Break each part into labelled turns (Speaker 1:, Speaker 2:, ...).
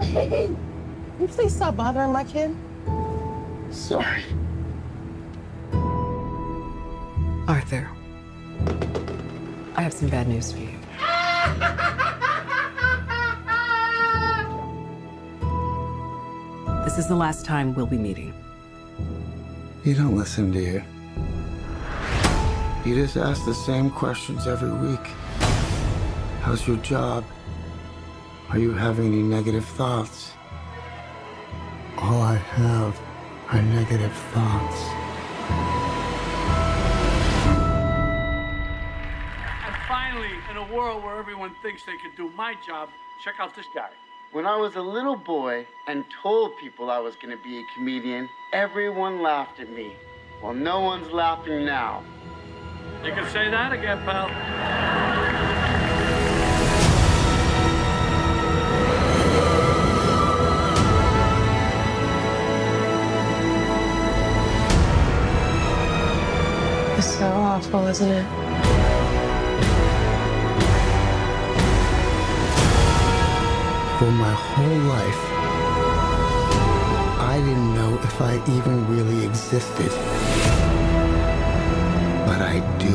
Speaker 1: Can you please stop bothering my kid?
Speaker 2: Sorry.
Speaker 3: Arthur, I have some bad news for you. This is the last time we'll be meeting.
Speaker 2: You don't listen, do you? You just ask the same questions every week. How's your job? Are you having any negative thoughts? All I have are negative thoughts.
Speaker 4: And finally, in a world where everyone thinks they can do my job, check out this guy.
Speaker 5: When I was a little boy and told people I was going to be a comedian, everyone laughed at me. Well, no one's laughing now.
Speaker 4: You can say that again, pal.
Speaker 1: It's so awful, isn't it?
Speaker 2: For my whole life, I didn't know if I even really existed. But I do.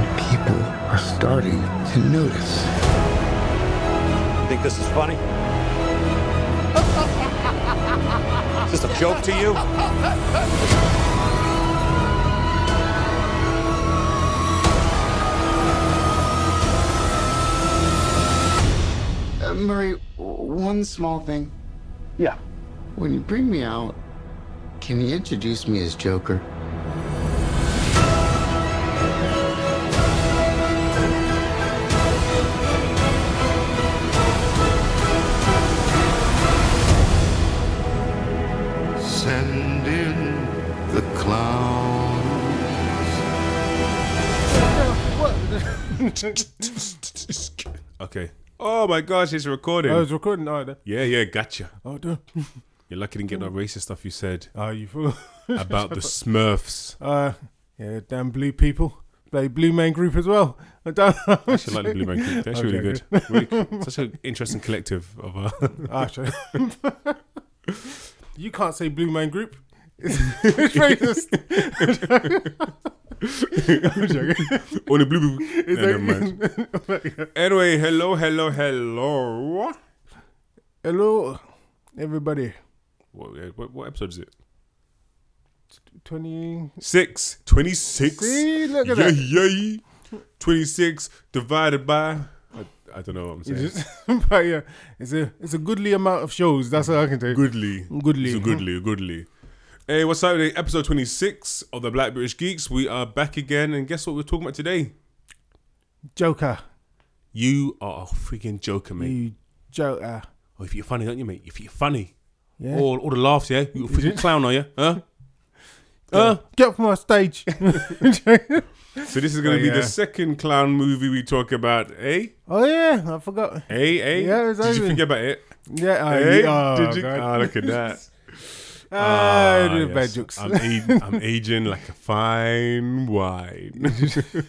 Speaker 2: And people are starting to notice.
Speaker 6: Think this is funny? Is this a joke to you?
Speaker 5: Uh, Murray, w- one small thing.
Speaker 4: Yeah.
Speaker 5: When you bring me out, can you introduce me as Joker?
Speaker 7: Send in the clown.
Speaker 8: okay. Oh my gosh, it's recording.
Speaker 9: I was recording. Oh, that-
Speaker 8: yeah, yeah, gotcha.
Speaker 9: oh, damn.
Speaker 8: You're lucky didn't get that racist stuff you said
Speaker 9: Oh, you fool.
Speaker 8: about the Smurfs.
Speaker 9: Uh, yeah, damn blue people. Play Blue Man Group as well. I don't
Speaker 8: Actually, I like the Blue Man Group. They're actually really
Speaker 9: Okay,
Speaker 8: good. Really cool. Such an interesting collective of. Uh,
Speaker 9: Actually, Ah, you can't say Blue Man Group. it's racist. I'm joking.
Speaker 8: on the blue. blue. No, never mind.
Speaker 9: Oh It's like-
Speaker 8: Anyway, hello, hello, hello.
Speaker 9: Hello, everybody.
Speaker 8: What, what, what episode is it?
Speaker 9: 20.
Speaker 8: Six. 26.
Speaker 9: See, look at
Speaker 8: yeah,
Speaker 9: that.
Speaker 8: yeah. 26 divided by. I, I don't know what I'm saying.
Speaker 9: It's just- but yeah, it's a, it's a goodly amount of shows. That's all I can tell you.
Speaker 8: Goodly.
Speaker 9: Goodly.
Speaker 8: So goodly, goodly. Hey, what's up? today? Episode 26 of the Black British Geeks. We are back again, and guess what we're talking about today?
Speaker 9: Joker.
Speaker 8: You are a freaking joker, mate.
Speaker 9: You Joker.
Speaker 8: Oh, if you're funny, don't you, mate? If you're funny.
Speaker 9: Yeah.
Speaker 8: All, all the laughs, yeah? You're a freaking clown, are you? Huh? Huh?
Speaker 9: Uh, Get off my stage.
Speaker 8: So this is going to
Speaker 9: Oh,
Speaker 8: be
Speaker 9: yeah.
Speaker 8: the second clown movie we talk about, eh?
Speaker 9: oh, yeah, I forgot.
Speaker 8: Eh? Eh?
Speaker 9: Yeah, it's
Speaker 8: Did you
Speaker 9: over.
Speaker 8: forget about it?
Speaker 9: Yeah, I
Speaker 8: eh?
Speaker 9: oh,
Speaker 8: Did you?
Speaker 9: God.
Speaker 8: Ah, look at that.
Speaker 9: Ah,
Speaker 8: Ah,
Speaker 9: the
Speaker 8: yes.
Speaker 9: bad jokes.
Speaker 8: I'm, a- I'm aging like a fine wine.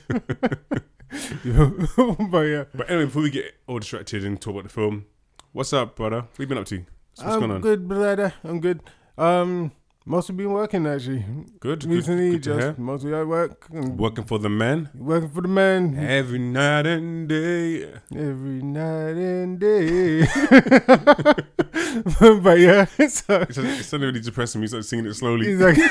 Speaker 9: but yeah,
Speaker 8: But anyway, before we get all distracted and talk about the film, what's up, brother? What you been up to? What's
Speaker 9: I'm
Speaker 8: going on?
Speaker 9: good, brother. I'm good. Um, mostly been working actually.
Speaker 8: Good, good,
Speaker 9: Recently,
Speaker 8: good to
Speaker 9: just
Speaker 8: hear.
Speaker 9: mostly at work. and
Speaker 8: Working for the man
Speaker 9: Working for the man
Speaker 8: every night and day.
Speaker 9: every night and day. but yeah, so
Speaker 8: It's, it's suddenly really depressing. Me start singing it slowly.
Speaker 9: He's like,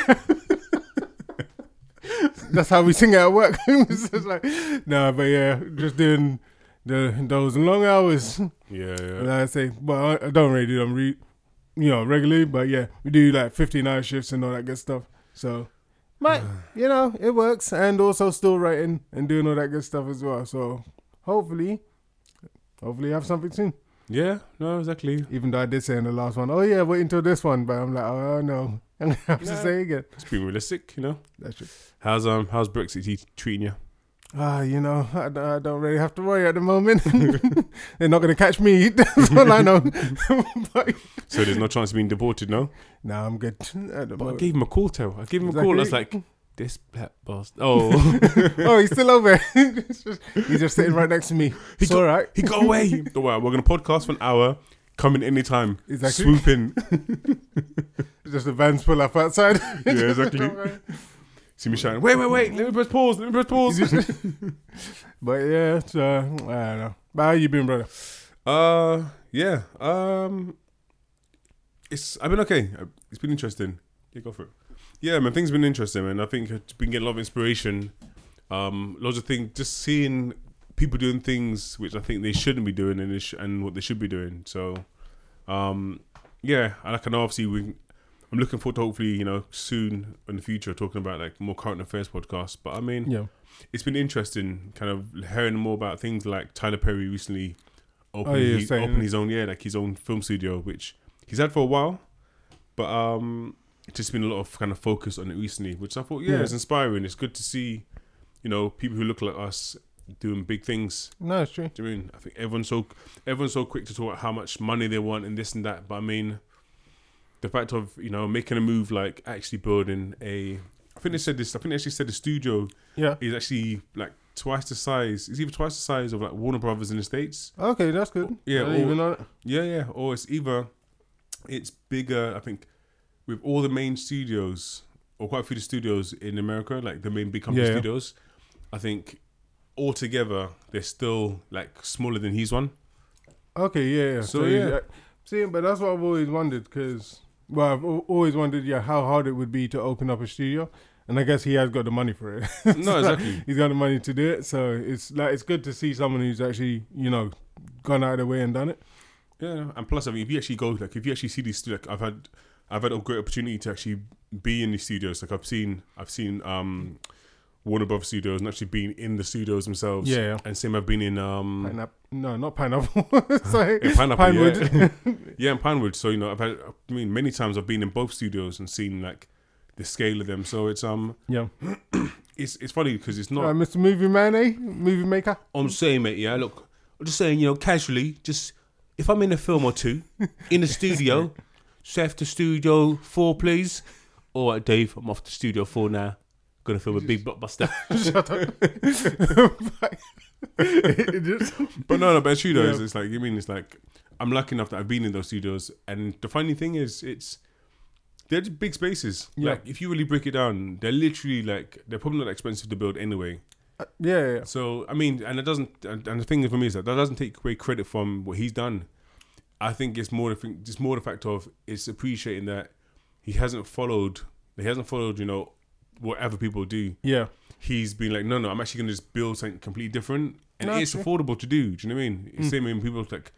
Speaker 9: that's how we sing at work. it's just like, nah, but yeah, just doing the those long hours.
Speaker 8: Yeah, yeah.
Speaker 9: Like I say, well, I, I don't really do them, re, you know, regularly. But yeah, we do like 15 hour shifts and all that good stuff. So, but you know, it works, and also still writing and doing all that good stuff as well. So, hopefully. Hopefully, I have something soon.
Speaker 8: Yeah, no, exactly.
Speaker 9: Even though I did say in the last one, oh yeah, wait until this one, but I'm like, oh no, I'm gonna have to
Speaker 8: Nah.
Speaker 9: say again.
Speaker 8: It's been realistic, you know.
Speaker 9: That's it.
Speaker 8: How's um how's Brexit t- treating you?
Speaker 9: Ah, you know, I don't, I don't really have to worry at the moment. They're not going to catch me. That's all I know. but,
Speaker 8: So there's no chance of being deported, no.
Speaker 9: nah, I'm good at the
Speaker 8: But I
Speaker 9: moment.
Speaker 8: gave him a call, tell. I gave him a call. I was like, This black bastard. Oh,
Speaker 9: oh, he's still over. he's just sitting right next to me. It's all right.
Speaker 8: he got away. Don't worry, we're gonna podcast for an hour. Coming anytime.
Speaker 9: Exactly.
Speaker 8: Swooping.
Speaker 9: Just the vans pull up outside.
Speaker 8: yeah, exactly. See me shouting. Wait, wait, wait. Let me press pause. Let me press pause.
Speaker 9: but yeah, so, I don't know. But how you been, brother?
Speaker 8: Uh, yeah. Um, it's I've been okay. I- It's been interesting. Yeah, go for it. Yeah, man, things been interesting, man. I think I've been getting a lot of inspiration. Um, lots of things, just seeing people doing things which I think they shouldn't be doing, and they sh- and what they should be doing. So, um, yeah, and I can obviously we. I'm looking forward to hopefully you know soon in the future talking about like more current affairs podcasts. But I mean,
Speaker 9: Yeah.
Speaker 8: it's been interesting kind of hearing more about things like Tyler Perry recently opened,
Speaker 9: yeah,
Speaker 8: he,
Speaker 9: saying-
Speaker 8: opened his own yeah like his own film studio which he's had for a while but um it's just been a lot of kind of focus on it recently which I thought yeah,
Speaker 9: Yeah.
Speaker 8: it's inspiring it's good to see you know people who look like us doing big things
Speaker 9: No, it's true.
Speaker 8: do you mean I think everyone's so everyone's so quick to talk about how much money they want and this and that but I mean the fact of you know making a move like actually building a I think they said this I think they actually said the studio
Speaker 9: Yeah.
Speaker 8: is actually like twice the size. It's either twice the size of like Warner Brothers in the states.
Speaker 9: Okay, that's good.
Speaker 8: Yeah,
Speaker 9: I didn't
Speaker 8: or-
Speaker 9: even know that.
Speaker 8: Yeah, yeah. Or it's either it's bigger. I think with all the main studios or quite a few of the studios in America, like the main big company
Speaker 9: Yeah.
Speaker 8: studios. I think altogether they're still like smaller than he's one.
Speaker 9: Okay, yeah, yeah.
Speaker 8: So,
Speaker 9: So, yeah.
Speaker 8: yeah.
Speaker 9: See, but that's what I've always wondered because, well, I've al- always wondered, yeah, how hard it would be to open up a studio. And I guess he has got the money for it. So,
Speaker 8: exactly.
Speaker 9: He's got the money to do it. So it's like, it's good to see someone who's actually, you know, gone out of their way and done it.
Speaker 8: Yeah, and plus, I mean, if you actually go, like, if you actually see these, like, I've had, I've had a great opportunity to actually be in these studios. Like, I've seen, I've seen um Warner Brothers studios and actually been in the studios themselves.
Speaker 9: Yeah, yeah.
Speaker 8: And same, I've been in um
Speaker 9: Pinap- no, not pineapple. Sorry.
Speaker 8: in Pineapple,
Speaker 9: Pinewood.
Speaker 8: Yeah. yeah, in Pinewood. So you know, I've had, I mean, many times I've been in both studios and seen like the scale of them. So it's um,
Speaker 9: Yeah.
Speaker 8: it's it's funny because it's not.
Speaker 9: Uh, Mr. Movie Man, eh? Movie Maker.
Speaker 8: I'm saying, mate, yeah, look, I'm just saying, you know, casually, just if I'm in a film or two, in the studio, Seth to studio four, please. All right, Dave, I'm off to studio four now. Gonna film a big blockbuster.
Speaker 9: Shut up. It just-
Speaker 8: but no, no, but it's true though. It's,
Speaker 9: Yeah.
Speaker 8: it's like, you mean, it's like, I'm lucky enough that I've been in those studios. And the funny thing is, it's, they're just big spaces.
Speaker 9: Yeah.
Speaker 8: Like, if you really break it down, they're literally like, they're probably not expensive to build anyway.
Speaker 9: yeah, yeah, yeah.
Speaker 8: So I mean, and it doesn't. And and the thing for me is that that doesn't take away credit from what he's done. I think it's more. the thing- It's more the fact of it's appreciating that he hasn't followed. He hasn't followed. You know, whatever people do.
Speaker 9: Yeah.
Speaker 8: He's been like, no, no, I'm actually going to just build something completely different, and
Speaker 9: No, Hmm.
Speaker 8: it's
Speaker 9: true.
Speaker 8: affordable to do. Do you know what I mean? It's Same when people like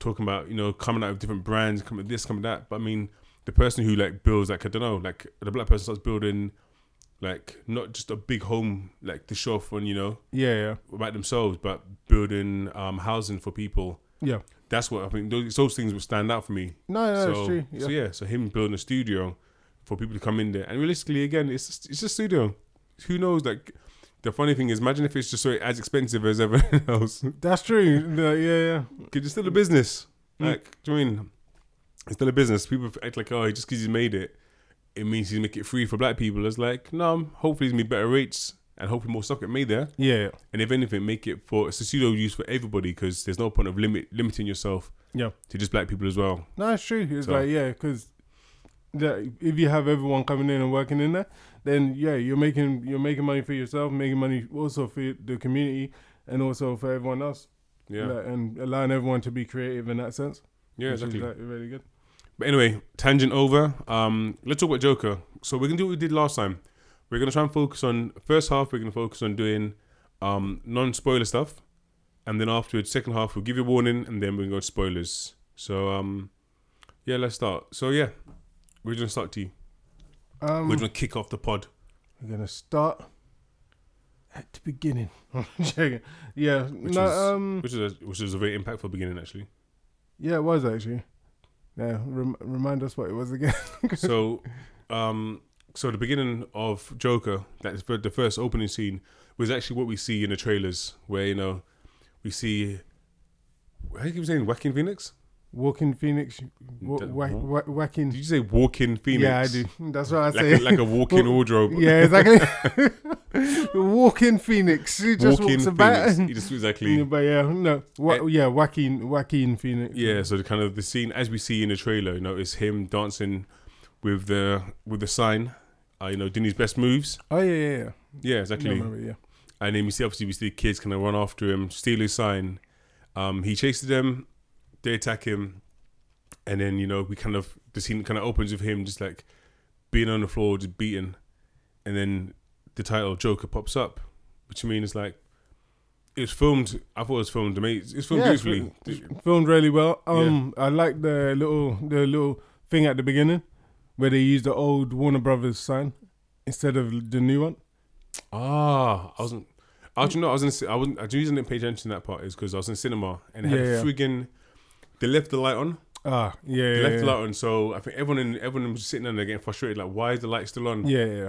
Speaker 8: talking about you know coming out of different brands, coming this, coming that. But I mean, the person who like builds like I don't know, like the black person starts building like not just a big home like to show off on you know
Speaker 9: Yeah, yeah.
Speaker 8: about themselves, but building um, housing for people.
Speaker 9: Yeah.
Speaker 8: That's what I think. Those, it's those things would stand out for me.
Speaker 9: No, no,
Speaker 8: so,
Speaker 9: it's true,
Speaker 8: So
Speaker 9: yeah.
Speaker 8: yeah, so him building a studio for people to come in there, and realistically, again, it's it's a studio. Who knows? Like the funny thing is, imagine if it's just so as expensive as everything else.
Speaker 9: That's true. No, yeah, yeah.
Speaker 8: Because it's still a business.
Speaker 9: Mm.
Speaker 8: Like, do you mean it's still a business? People act like, oh, just because he's made it, it means he's make it free for black people. It's like, no, hopefully he's made better rates and hopefully more stuff get made there.
Speaker 9: Yeah, yeah.
Speaker 8: And if anything, make it for it's a pseudo use for everybody because there's no point of limit limiting yourself
Speaker 9: Yeah.
Speaker 8: to just black people as well.
Speaker 9: No, it's true. It's
Speaker 8: So-
Speaker 9: like yeah, because if you have everyone coming in and working in there, then yeah, you're making you're making money for yourself, making money also for the community, and also for everyone else.
Speaker 8: Yeah,
Speaker 9: Like, and allowing everyone to be creative in that sense.
Speaker 8: yeah,
Speaker 9: which is,
Speaker 8: exactly.
Speaker 9: like, really good.
Speaker 8: But anyway, tangent over. Um, let's talk about Joker. So we're gonna do what we did last time. We're gonna try and focus on first half. We're gonna focus on doing um, non-spoiler stuff, and then afterwards, second half, we'll give you a warning, and then we're gonna go to spoilers. So um, yeah, let's start. So yeah, we're gonna start to you.
Speaker 9: Um,
Speaker 8: We're gonna kick off the pod.
Speaker 9: We're gonna start at the beginning. Checking. yeah,
Speaker 8: Which,
Speaker 9: no,
Speaker 8: was,
Speaker 9: um,
Speaker 8: which is a, which is a very impactful beginning actually.
Speaker 9: yeah, it was actually. Yeah, rem- remind us what it was again.
Speaker 8: so um so the beginning of joker that is the the first opening scene was actually what we see in the trailers where you know we see how do you keep saying Joaquin Phoenix
Speaker 9: Walking Phoenix, wa-
Speaker 8: Don't-
Speaker 9: wa- wa- whacking.
Speaker 8: Did you say walking Phoenix?
Speaker 9: Yeah, I do. That's what I
Speaker 8: Like
Speaker 9: say.
Speaker 8: a, like a walking
Speaker 9: Well,
Speaker 8: wardrobe.
Speaker 9: Yeah, exactly. walking Phoenix. He just
Speaker 8: walking
Speaker 9: walks about.
Speaker 8: Phoenix. He just exactly.
Speaker 9: Yeah, but yeah, no, wa-
Speaker 8: Eh.
Speaker 9: yeah, Joaquin, Joaquin Phoenix.
Speaker 8: Yeah, so the kind of the scene as we see in the trailer, you know, it's him dancing with the with the sign, uh, you know, doing his best moves.
Speaker 9: Oh yeah, yeah, yeah.
Speaker 8: Yeah,
Speaker 9: Yeah, I
Speaker 8: exactly.
Speaker 9: remember, yeah.
Speaker 8: and then we see obviously we see the kids kind of run after him, steal his sign. Um, he chases them, they attack him, and then you know we kind of the scene kind of opens with him just like being on the floor, just beaten, and then the title Joker pops up, which I mean is like it was filmed. I thought it was filmed amazing. It's filmed
Speaker 9: Yeah, it's
Speaker 8: beautifully.
Speaker 9: filmed really well. Um, I like the little the little thing at the beginning where they used the old Warner Brothers sign instead of the new one.
Speaker 8: Ah, I wasn't. I do you know I was in. ci- I wasn't. I do reason I didn't pay attention to that part is because I was in cinema and it had
Speaker 9: Yeah, yeah.
Speaker 8: friggin' they left the light on.
Speaker 9: Ah, yeah,
Speaker 8: They
Speaker 9: yeah,
Speaker 8: left the
Speaker 9: yeah.
Speaker 8: light on, so I think everyone in everyone was sitting there getting frustrated. Like, why is the light still on?
Speaker 9: yeah, yeah.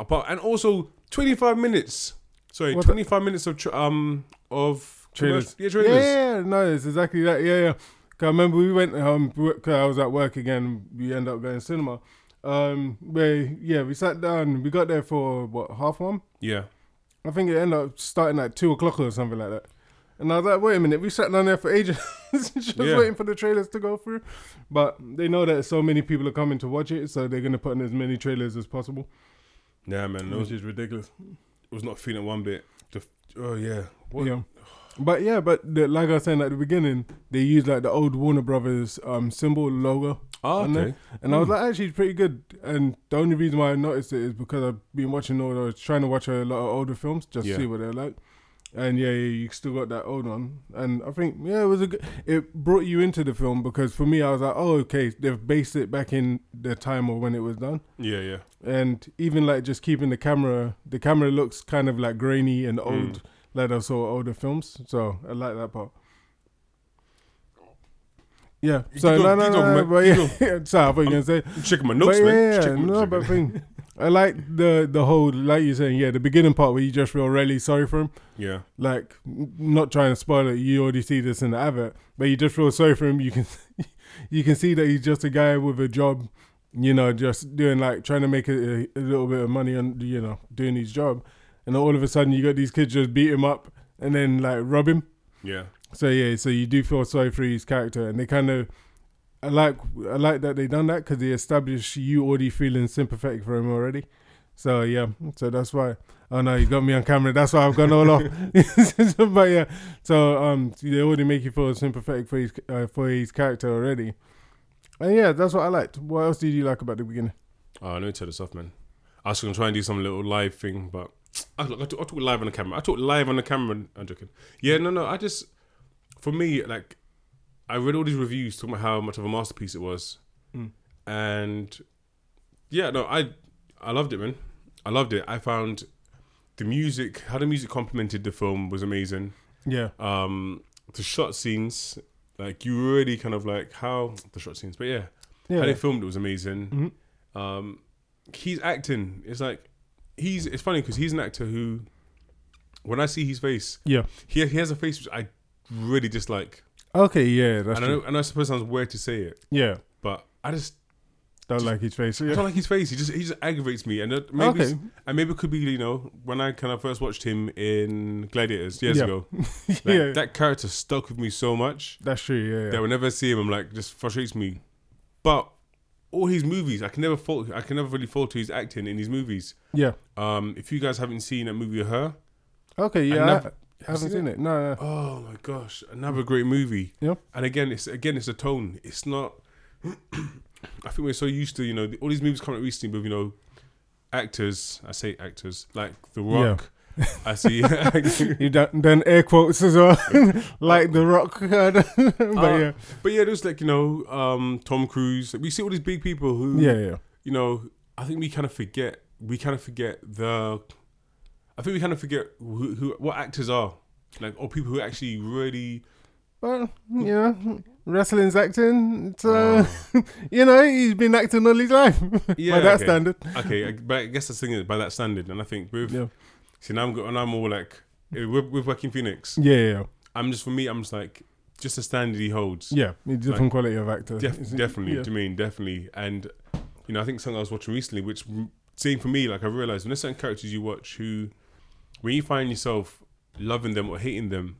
Speaker 8: Apart and also twenty five minutes. Sorry,
Speaker 9: What the-
Speaker 8: twenty five minutes of tra- um of
Speaker 9: Trailers.
Speaker 8: Yeah, trailers.
Speaker 9: Yeah, yeah, no, it's exactly that. Yeah, yeah. 'Cause I remember we went um, we- cause I was at work again. We end up going cinema. Um, where yeah, we sat down. We got there for what half one.
Speaker 8: Yeah.
Speaker 9: I think it ended up starting at two o'clock or something like that. And I was like, wait a minute, we sat down there for ages just
Speaker 8: Yeah.
Speaker 9: waiting for the trailers to go through. But they know that so many people are coming to watch it, so they're gonna put in as many trailers as possible.
Speaker 8: Nah, man, I was,
Speaker 9: Which is ridiculous.
Speaker 8: was not feeling one bit. The, oh yeah, what?
Speaker 9: Yeah. But yeah, but the, like I was saying at the beginning, they used like the old Warner Brothers um symbol logo.
Speaker 8: Ah,
Speaker 9: on
Speaker 8: okay.
Speaker 9: And I was like, actually, it's pretty good. And the only reason why I noticed it is because I've been watching all those, trying to watch a lot of older films just
Speaker 8: Yeah.
Speaker 9: to see what they're like. And yeah, yeah, you still got that old one. And I think, yeah, it was a good, it brought you into the film because for me, I was like, oh, okay, they've based it back in the time or when it was done
Speaker 8: Yeah, yeah,
Speaker 9: and even like just keeping the camera the camera looks kind of like grainy and
Speaker 8: Mm.
Speaker 9: old like I saw older films so I like that part yeah so
Speaker 8: keep
Speaker 9: no
Speaker 8: going,
Speaker 9: no
Speaker 8: keep
Speaker 9: no,
Speaker 8: going,
Speaker 9: no,
Speaker 8: mate,
Speaker 9: but
Speaker 8: keep
Speaker 9: yeah, yeah sorry I thought you were gonna say
Speaker 8: I'm checking my notes,
Speaker 9: but
Speaker 8: man.
Speaker 9: yeah, yeah,
Speaker 8: Checking my
Speaker 9: no
Speaker 8: notes,
Speaker 9: but
Speaker 8: man.
Speaker 9: thing I like the the whole like you're saying yeah the beginning part where you just feel really sorry for him
Speaker 8: yeah,
Speaker 9: like n- not trying to spoil it you already see this in the advert but you just feel sorry for him you can you can see that he's just a guy with a job you know just doing like trying to make a, a little bit of money on you know doing his job and then all of a sudden you got these kids just beat him up and then like rob him
Speaker 8: yeah,
Speaker 9: so yeah so you do feel sorry for his character and they kind of i like i like that they done that because they established you already feeling sympathetic for him already so yeah, so that's why. Oh no, you got me on camera. That's why I've gone all off. but yeah, so um, they already make you feel sympathetic for his uh, for his character already. And yeah, that's what I liked. What else did you like about the beginning?
Speaker 8: Oh, let me tell this off, man. I was gonna try and do some little live thing, but I, look, I, talk, I talk live on the camera. I talk live on the camera. I'm joking. Yeah, no, no. I just, for me, like, I read all these reviews talking about how much of a masterpiece it was, and yeah, no, I, I loved it, man. I loved it. I found the music, how the music complemented the film, was amazing
Speaker 9: Yeah,
Speaker 8: um the shot scenes like you were really kind of like how the shot scenes but yeah,
Speaker 9: Yeah. Mm-hmm.
Speaker 8: how they filmed it was amazing um he's acting it's like he's it's funny because he's an actor who when i see his face
Speaker 9: yeah.
Speaker 8: he, he has a face which i really dislike
Speaker 9: Okay, yeah, that's
Speaker 8: and i
Speaker 9: true.
Speaker 8: know and i suppose it sounds weird to say it
Speaker 9: Yeah,
Speaker 8: but i just
Speaker 9: don't like his face.
Speaker 8: I
Speaker 9: Yeah,
Speaker 8: don't like his face. He just he just aggravates me, and that maybe
Speaker 9: Okay.
Speaker 8: and maybe it could be you know when I kind of first watched him in Gladiators years
Speaker 9: Yeah.
Speaker 8: ago. Like,
Speaker 9: Yeah.
Speaker 8: that character stuck with me so much
Speaker 9: that's true. Yeah,
Speaker 8: that
Speaker 9: yeah.
Speaker 8: whenever I see him, I'm like, just frustrates me. But all his movies, I can never fault. I can never really fault his acting in his movies.
Speaker 9: yeah.
Speaker 8: Um, if you guys haven't seen that movie, Her,
Speaker 9: Okay, yeah. I,
Speaker 8: never-
Speaker 9: I haven't seen it. No, no.
Speaker 8: oh my gosh, another great movie.
Speaker 9: Yeah.
Speaker 8: And again, it's again, it's a tone. It's not. I think we're so used to you know all these movies coming out recently with you know actors. I say actors like The Rock. I see.
Speaker 9: You done, done air quotes as well, like The Rock. but
Speaker 8: Uh,
Speaker 9: yeah,
Speaker 8: But yeah, there's like, you know, um, Tom Cruise. We see all these big people who
Speaker 9: Yeah, yeah.
Speaker 8: You know, I think we kind of forget we kind of forget the I think we kind of forget who, who what actors are. Like or people who actually really
Speaker 9: Well, you know, wrestling's acting. So, you know, he's been acting all his life. By that
Speaker 8: okay.
Speaker 9: standard.
Speaker 8: Okay, I, but I guess that's the thing is by that standard and I think with
Speaker 9: Yeah.
Speaker 8: see now I'm go- and I'm all like eh, with, with Joaquin Phoenix.
Speaker 9: Yeah, yeah, yeah.
Speaker 8: I'm just for me I'm just like just a standard he holds.
Speaker 9: Yeah, it's different quality of actor.
Speaker 8: Def-
Speaker 9: It's-
Speaker 8: definitely.
Speaker 9: yeah.
Speaker 8: Do you mean definitely? And you know, I think something I was watching recently, which m- same for me, like I realized when there's certain characters you watch who, when you find yourself loving them or hating them,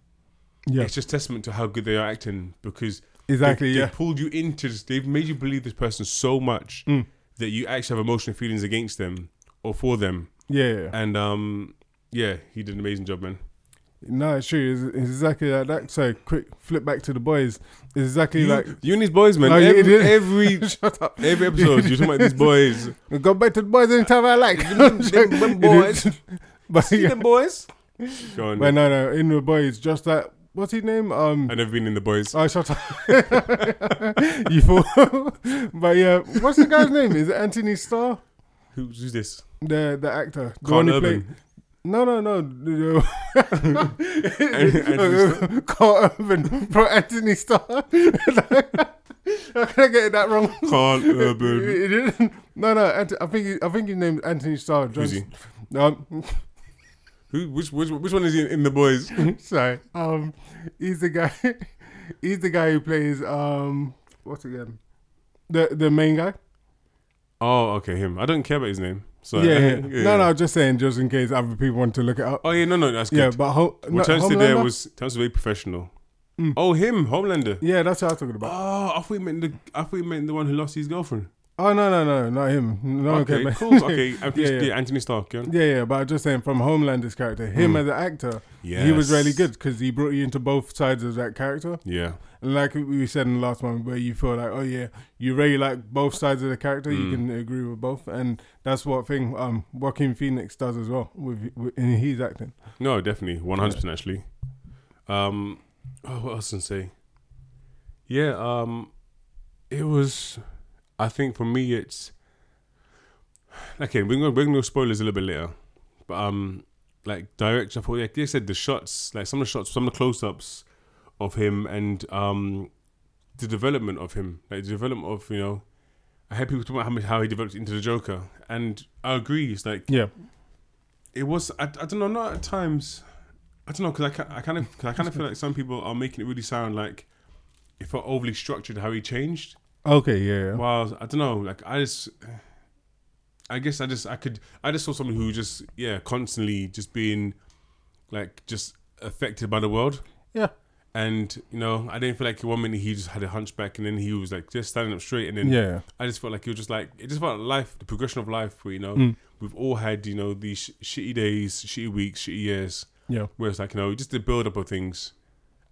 Speaker 9: Yeah.
Speaker 8: it's just testament to how good they are acting because
Speaker 9: Exactly,
Speaker 8: they,
Speaker 9: yeah.
Speaker 8: they pulled you into this, they've made you believe this person so much
Speaker 9: Mm.
Speaker 8: that you actually have emotional feelings against them or for them.
Speaker 9: yeah, yeah, yeah.
Speaker 8: And um, yeah, he did an amazing job, man.
Speaker 9: No, it's true. It's, it's exactly like that. So quick flip back to the boys. It's exactly like
Speaker 8: you and these boys, man.
Speaker 9: No, you
Speaker 8: every
Speaker 9: idiot.
Speaker 8: every,
Speaker 9: shut up.
Speaker 8: every episode, you're talking about these boys.
Speaker 9: Go back to the boys anytime I like.
Speaker 8: Them- them- them boys.
Speaker 9: but,
Speaker 8: See
Speaker 9: yeah.
Speaker 8: them boys. Go on.
Speaker 9: but no, no, in the boys, just that. What's his name? Um,
Speaker 8: I've never been in the boys.
Speaker 9: oh, shut up. you fool. but yeah, what's the guy's name? Is it Anthony Starr?
Speaker 8: Who's, who's this?
Speaker 9: The the actor. The
Speaker 8: Carl
Speaker 9: one who
Speaker 8: Urban.
Speaker 9: played- No, no, no. no.
Speaker 8: Anthony
Speaker 9: Carl Urban, bro, Anthony Starr. How can I get that wrong?
Speaker 8: Carl Urban.
Speaker 9: It didn't- no, no. Ant- I think he- I think his name is Anthony Starr.
Speaker 8: Who's he?
Speaker 9: Um,
Speaker 8: Who, which, which which one is he in, in the boys?
Speaker 9: sorry. Um, he's the guy. he's the guy who plays um, what's again? The the main guy.
Speaker 8: Oh, okay, him. I don't care about his name. So
Speaker 9: yeah, yeah. No, no. Just saying, just in case other people want to look it up.
Speaker 8: Oh yeah, no, no, that's good.
Speaker 9: yeah, but ho- no,
Speaker 8: Returns to there
Speaker 9: Homelander? Mm.
Speaker 8: was Returns to very professional. Oh, him, Homelander.
Speaker 9: yeah, that's what I was talking about.
Speaker 8: Oh, I thought he meant the I thought he meant the one who lost his girlfriend.
Speaker 9: Oh no, no, no, not him. No,
Speaker 8: Okay,
Speaker 9: Oh, okay,
Speaker 8: cool. Okay, Anthony,
Speaker 9: yeah,
Speaker 8: yeah,
Speaker 9: yeah.
Speaker 8: Anthony Stark. Yeah.
Speaker 9: Yeah, yeah, but I'm just saying, from Homelander's character, him as an actor, he was really
Speaker 8: Hmm. Yes.
Speaker 9: good because he brought you into both sides of that character.
Speaker 8: yeah.
Speaker 9: And like we said in the last one, where you feel like, oh yeah, you really like both sides of the character. You
Speaker 8: Hmm.
Speaker 9: can agree with both, and that's what thing um Joaquin Phoenix does as well with, with in his acting.
Speaker 8: No, definitely, one hundred percent actually. Um, oh, what else can I say? Yeah, um, it was. I think for me, it's okay. We're gonna we're gonna do spoilers a little bit later, but um, like direction. I thought, like you said, the shots, like some of the shots, some of the close-ups of him, and um, the development of him, like the development of you know. I heard people talk about how, much, how he developed into the Joker, and I agree. It's like
Speaker 9: Yeah,
Speaker 8: it was I, I don't know not at times I don't know because I, ca- I kind of cause I kind of feel like some people are making it really sound like it felt overly structured how he changed
Speaker 9: okay, yeah, yeah.
Speaker 8: well I don't know like I just I guess I just I could I just saw someone who just yeah constantly just being like just affected by the world
Speaker 9: yeah.
Speaker 8: and you know I didn't feel like one minute he just had a hunchback and then he was like just standing up straight and then
Speaker 9: Yeah.
Speaker 8: I just felt like it was just like it just felt like life the progression of life where you know
Speaker 9: Mm.
Speaker 8: we've all had you know these sh- shitty days shitty weeks shitty years
Speaker 9: Yeah.
Speaker 8: where it's like you know just the build up of things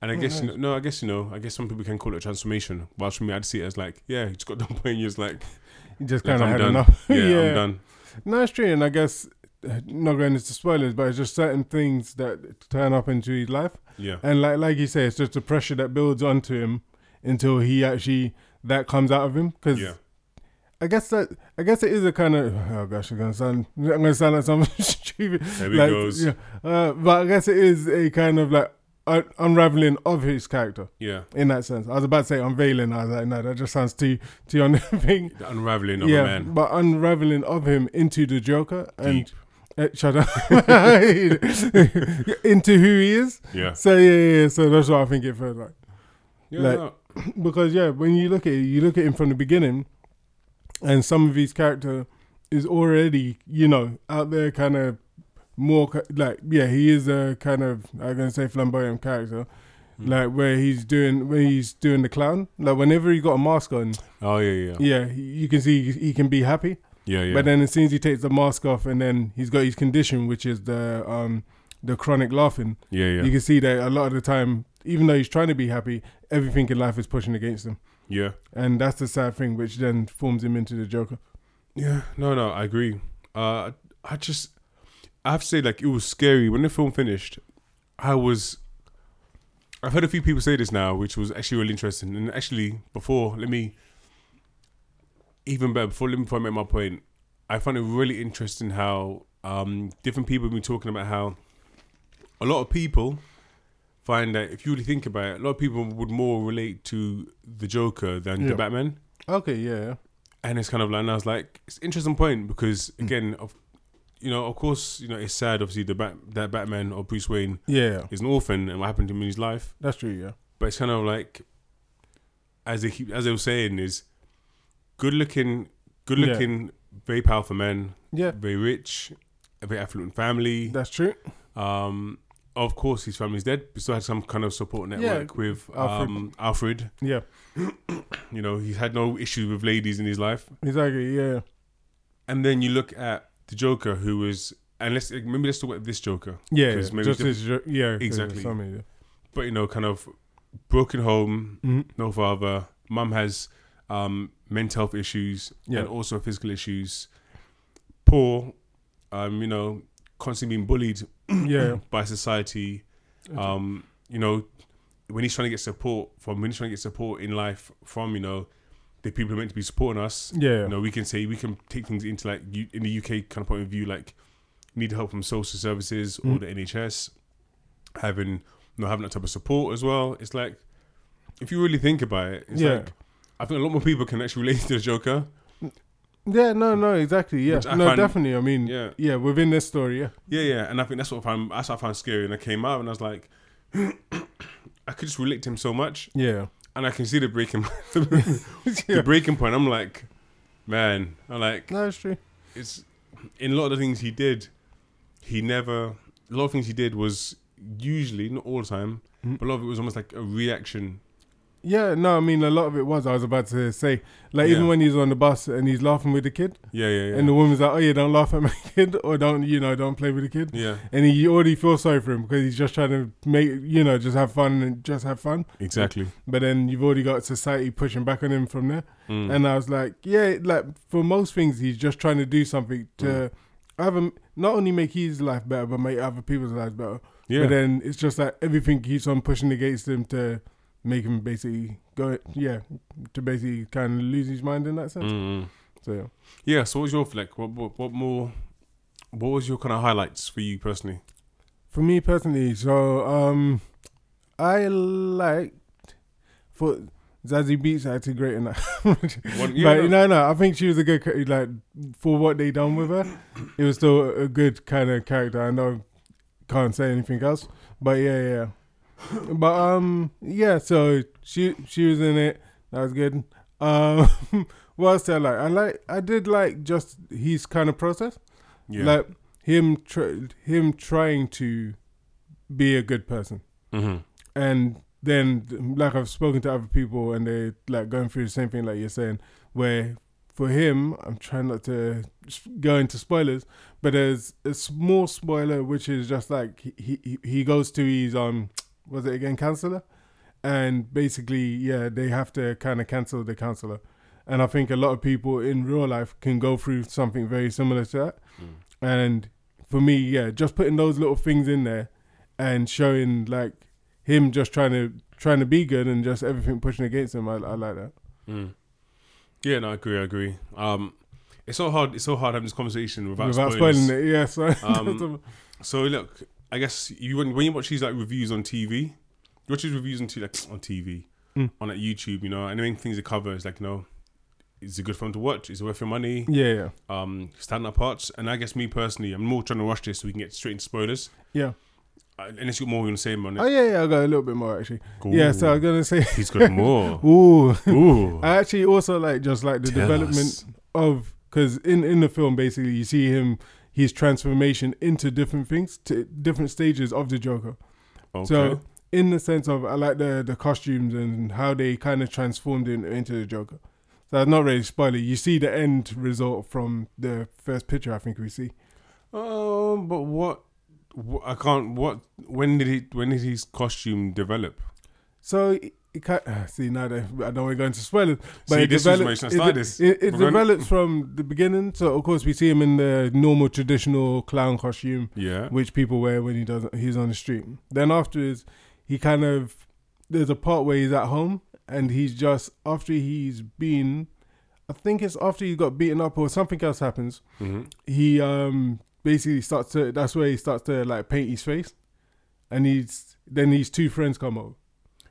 Speaker 8: and I guess you know no I guess you know I guess some people can call it a transformation whilst for me I'd see it as like yeah you just got done playing you just like,
Speaker 9: He just
Speaker 8: like
Speaker 9: kind of
Speaker 8: I'm
Speaker 9: had
Speaker 8: done
Speaker 9: enough.
Speaker 8: yeah, I'm done
Speaker 9: No, it's true, and I guess uh, not going into spoilers, but it's just certain things that turn up into his life.
Speaker 8: Yeah.
Speaker 9: and like like you say, it's just the pressure that builds onto him until he actually that comes out of him. Because
Speaker 8: yeah
Speaker 9: I guess that I guess it is a kind of oh gosh, I'm gonna sound I'm gonna sound like something stupid.
Speaker 8: There
Speaker 9: like,
Speaker 8: it goes.
Speaker 9: Yeah, uh, but I guess it is a kind of like un- unraveling of his character.
Speaker 8: yeah
Speaker 9: In that sense, I was about to say unveiling. I was like, no, that just sounds too too on the thing
Speaker 8: the unraveling of a man
Speaker 9: but unraveling of him into the Joker and
Speaker 8: Deep.
Speaker 9: uh, shut up into who he is.
Speaker 8: Yeah.
Speaker 9: So yeah, yeah, yeah. So that's what I think it felt like
Speaker 8: yeah,
Speaker 9: like-
Speaker 8: no,
Speaker 9: because yeah, when you look at it, you look at him from the beginning, and some of his character is already you know out there kind of more ca- like yeah he is a kind of I'm gonna say flamboyant character.
Speaker 8: Hmm.
Speaker 9: Like where he's doing, where he's doing the clown. Like whenever he got a mask on,
Speaker 8: oh yeah yeah
Speaker 9: yeah, he- you can see he can be happy.
Speaker 8: yeah yeah
Speaker 9: But then as soon as he takes the mask off, and then he's got his condition, which is the um the chronic laughing.
Speaker 8: Yeah, yeah.
Speaker 9: You can see that a lot of the time, even though he's trying to be happy, everything in life is pushing against him,
Speaker 8: yeah
Speaker 9: and that's the sad thing, which then forms him into the Joker.
Speaker 8: Yeah, no, no, I agree. Uh, I just, I have to say, like, it was scary when the film finished. I was, I've heard a few people say this now, which was actually really interesting. And actually, before, let me, even better, before, let me, before I make my point, I find it really interesting how um, different people have been talking about how a lot of people find that if you really think about it, a lot of people would more relate to the Joker than the
Speaker 9: Yeah.
Speaker 8: Batman
Speaker 9: Okay, yeah,
Speaker 8: and it's kind of like and I was like it's an interesting point because
Speaker 9: Mm.
Speaker 8: again of you know of course you know it's sad obviously the bat that Batman or Bruce Wayne
Speaker 9: yeah, yeah.
Speaker 8: is an orphan and what happened to him in his life
Speaker 9: that's true, yeah,
Speaker 8: but but it's kind of like as they keep as they were saying is good looking, good
Speaker 9: Yeah.
Speaker 8: looking, very powerful men.
Speaker 9: Yeah.
Speaker 8: very rich, a very affluent family.
Speaker 9: That's true.
Speaker 8: Um, of course, his family's dead. He still had some kind of support network with
Speaker 9: Alfred.
Speaker 8: Um, Alfred.
Speaker 9: Yeah,
Speaker 8: You know, he's had no issues with ladies in his life.
Speaker 9: exactly. Yeah,
Speaker 8: And then you look at the Joker, who was, and let's maybe let's talk about this Joker.
Speaker 9: yeah.
Speaker 8: 'Cause maybe
Speaker 9: just
Speaker 8: diff-
Speaker 9: as your- yeah, 'cause there's
Speaker 8: Exactly.
Speaker 9: so many, yeah.
Speaker 8: but you know, kind of broken home,
Speaker 9: Mhm.
Speaker 8: no father. Mum has um, mental health issues
Speaker 9: Yeah.
Speaker 8: and also physical issues. Poor, um, you know, constantly being bullied
Speaker 9: yeah,
Speaker 8: by society. Um, you know, when he's trying to get support from, when he's trying to get support in life from, you know, the people who are meant to be supporting us.
Speaker 9: Yeah.
Speaker 8: You know, we can say, we can take things into like, you, in the UK kind of point of view, like, need help from social services
Speaker 9: Mm.
Speaker 8: or the NHS, having, you know, having that type of support as well. It's like, if you really think about it, it's
Speaker 9: Yeah.
Speaker 8: like, I think a lot more people can actually relate to the Joker.
Speaker 9: yeah. No, no, exactly. Yeah,
Speaker 8: Which I
Speaker 9: no,
Speaker 8: find-
Speaker 9: definitely. I mean,
Speaker 8: Yeah.
Speaker 9: yeah, within this story, yeah,
Speaker 8: Yeah, yeah, and I think that's what I found. That's what I found scary. And I came out and I was like, I could just relate to him so much.
Speaker 9: yeah,
Speaker 8: and I can see the breaking the breaking point. I'm like, man, I'm like
Speaker 9: no, it's true.
Speaker 8: it's in a lot of the things he did, he never a lot of things he did was usually not all the time,
Speaker 9: Hmm.
Speaker 8: but a lot of it was almost like a reaction.
Speaker 9: Yeah, no, I mean, a lot of it was. I was about to say, like, even
Speaker 8: Yeah.
Speaker 9: when he's on the bus and he's laughing with the kid,
Speaker 8: Yeah, yeah, yeah.
Speaker 9: and the woman's like, "Oh yeah, don't laugh at my kid, or don't you know, don't play with the kid."
Speaker 8: Yeah.
Speaker 9: and he already feels sorry for him because he's just trying to make you know, just have fun and just have fun.
Speaker 8: exactly.
Speaker 9: But then you've already got society pushing back on him from there.
Speaker 8: Mm.
Speaker 9: And I was like, yeah, like for most things, he's just trying to do something
Speaker 8: Mm.
Speaker 9: to either not only make his life better, but make other people's lives better.
Speaker 8: Yeah.
Speaker 9: But then it's just like everything keeps on pushing against him to make him basically go, yeah, to basically kind of lose his mind in that sense.
Speaker 8: Mm.
Speaker 9: So yeah.
Speaker 8: Yeah. So, what was your like? What, what, what more? What was your kind of highlights for you personally?
Speaker 9: For me personally, so um, I liked for Zazie Beats actually great in that.
Speaker 8: One- yeah, no.
Speaker 9: but no, no, I think she was a good cha- like for what they done with her. It was still a good kind of character. I know can't say anything else, but yeah, yeah. But um, yeah. So she she was in it. That was good. Um, what else did I like? I like I did like just his kind of process
Speaker 8: Yeah.
Speaker 9: like him tr- him trying to be a good person
Speaker 8: Mhm.
Speaker 9: and then like i've spoken to other people and they're like going through the same thing like you're saying where for him i'm trying not to s- go into spoilers but there's a small spoiler which is just like he he, he goes to his um was it again counselor and basically yeah they have to kind of cancel the counselor and i think a lot of people in real life can go through something very similar to that and for me, yeah, just putting those little things in there and showing like him just trying to trying to be good and just everything pushing against him. I, I like that.
Speaker 8: Yeah. No, I agree. I agree. Um, it's so hard. It's so hard having this conversation without,
Speaker 9: Without
Speaker 8: spoilers.
Speaker 9: spoiling it, yeah. So
Speaker 8: Um, So look, I guess you when, when you watch these like reviews on TV, you watch these reviews on TV, like on TV,
Speaker 9: Mm.
Speaker 8: on like YouTube, you know, and the main things they cover is like, you know, is it a good film to watch? Is it worth your money?
Speaker 9: yeah, yeah,
Speaker 8: Um, stand up parts, and I guess me personally, I'm more trying to rush this so we can get straight into spoilers.
Speaker 9: yeah.
Speaker 8: Uh, unless you got more you want to say on it,
Speaker 9: Oh yeah, yeah. I got a little bit more actually.
Speaker 8: Cool.
Speaker 9: Yeah, so I'm gonna say.
Speaker 8: he's got more.
Speaker 9: Ooh. Uh,
Speaker 8: Ooh,
Speaker 9: I actually also like just like the
Speaker 8: Tell
Speaker 9: development
Speaker 8: us.
Speaker 9: of because in in the film basically you see him his transformation into different things to different stages of the Joker.
Speaker 8: okay.
Speaker 9: So in the sense of I like the the costumes and how they kind of transformed him into the Joker. So I'm not really spoiling. You see the end result from the first picture I think we see.
Speaker 8: oh, but what? wh- I can't. What? When did he? When did his costume develop?
Speaker 9: So it, it kind uh, see now that I don't want to go into spoilers, but
Speaker 8: See,
Speaker 9: it
Speaker 8: this is
Speaker 9: develops.
Speaker 8: Mason
Speaker 9: It, de-
Speaker 8: Stardust.
Speaker 9: it, it
Speaker 8: We're gonna-
Speaker 9: develops from the beginning. So of course we see him in the normal traditional clown costume,
Speaker 8: Yeah.
Speaker 9: which people wear when he does he's on the street. Then afterwards, he kind of there's a part where he's at home and he's just after he's been, I think it's after he got beaten up or something else happens. He um basically starts to that's where he starts to like paint his face, and he's then his two friends come over.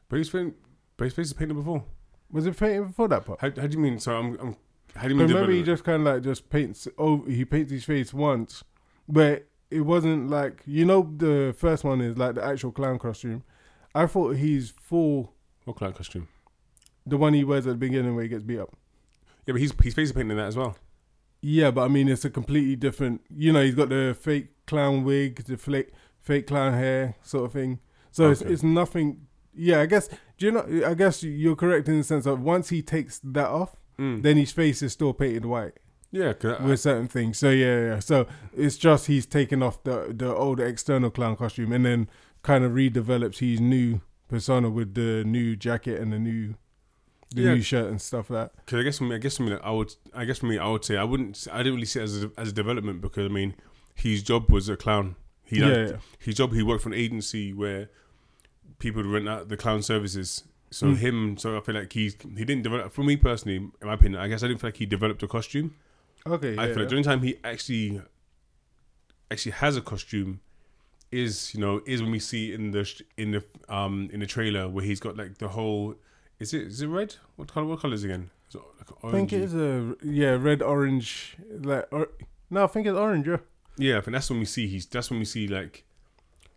Speaker 8: But he's been. But his face is painted before.
Speaker 9: Was it painted before that part?
Speaker 8: How, how do you mean? So I'm, I'm how do you mean?
Speaker 9: Remember, he
Speaker 8: development?
Speaker 9: just kind of like just paints. Oh, he paints his face once, but it wasn't like you know the first one is like the actual clown costume. I thought his full
Speaker 8: What clown costume?
Speaker 9: The one he wears at the beginning where he gets beat up.
Speaker 8: Yeah, but he's he's face painting that as well.
Speaker 9: Yeah, but I mean, it's a completely different. You know, he's got the fake clown wig, the fake fake clown hair, sort of thing. So it's,
Speaker 8: Okay.
Speaker 9: it's nothing. Yeah, I guess. Do you know? I guess you're correct in the sense that once he takes that off, then his face is still painted white
Speaker 8: Yeah, 'cause I-
Speaker 9: with certain things. So yeah, yeah, yeah. So it's just he's taken off the the old external clown costume and then kind of redevelops his new persona with the new jacket and the new the
Speaker 8: Yeah.
Speaker 9: new shirt and stuff like that.
Speaker 8: Because I guess for me, I guess for me, I would, I guess for me, I would say I wouldn't, s- I didn't really see it as a, as a development because I mean, his job was a clown. He
Speaker 9: Yeah,
Speaker 8: had-
Speaker 9: yeah.
Speaker 8: his job. He worked for an agency where people would rent out the clown services. So him, so I feel like he's he didn't develop. For me personally, in my opinion, I guess I didn't feel like he developed a costume.
Speaker 9: Okay.
Speaker 8: I
Speaker 9: yeah,
Speaker 8: feel like the only time he actually actually has a costume is you know is when we see in the sh- in the um in the trailer where he's got like the whole is it is it red what color what color is it again Is it like
Speaker 9: I think it
Speaker 8: orangey?
Speaker 9: is a yeah red orange like or, no I think it's orange yeah
Speaker 8: Yeah, I think that's when we see he's. That's when we see like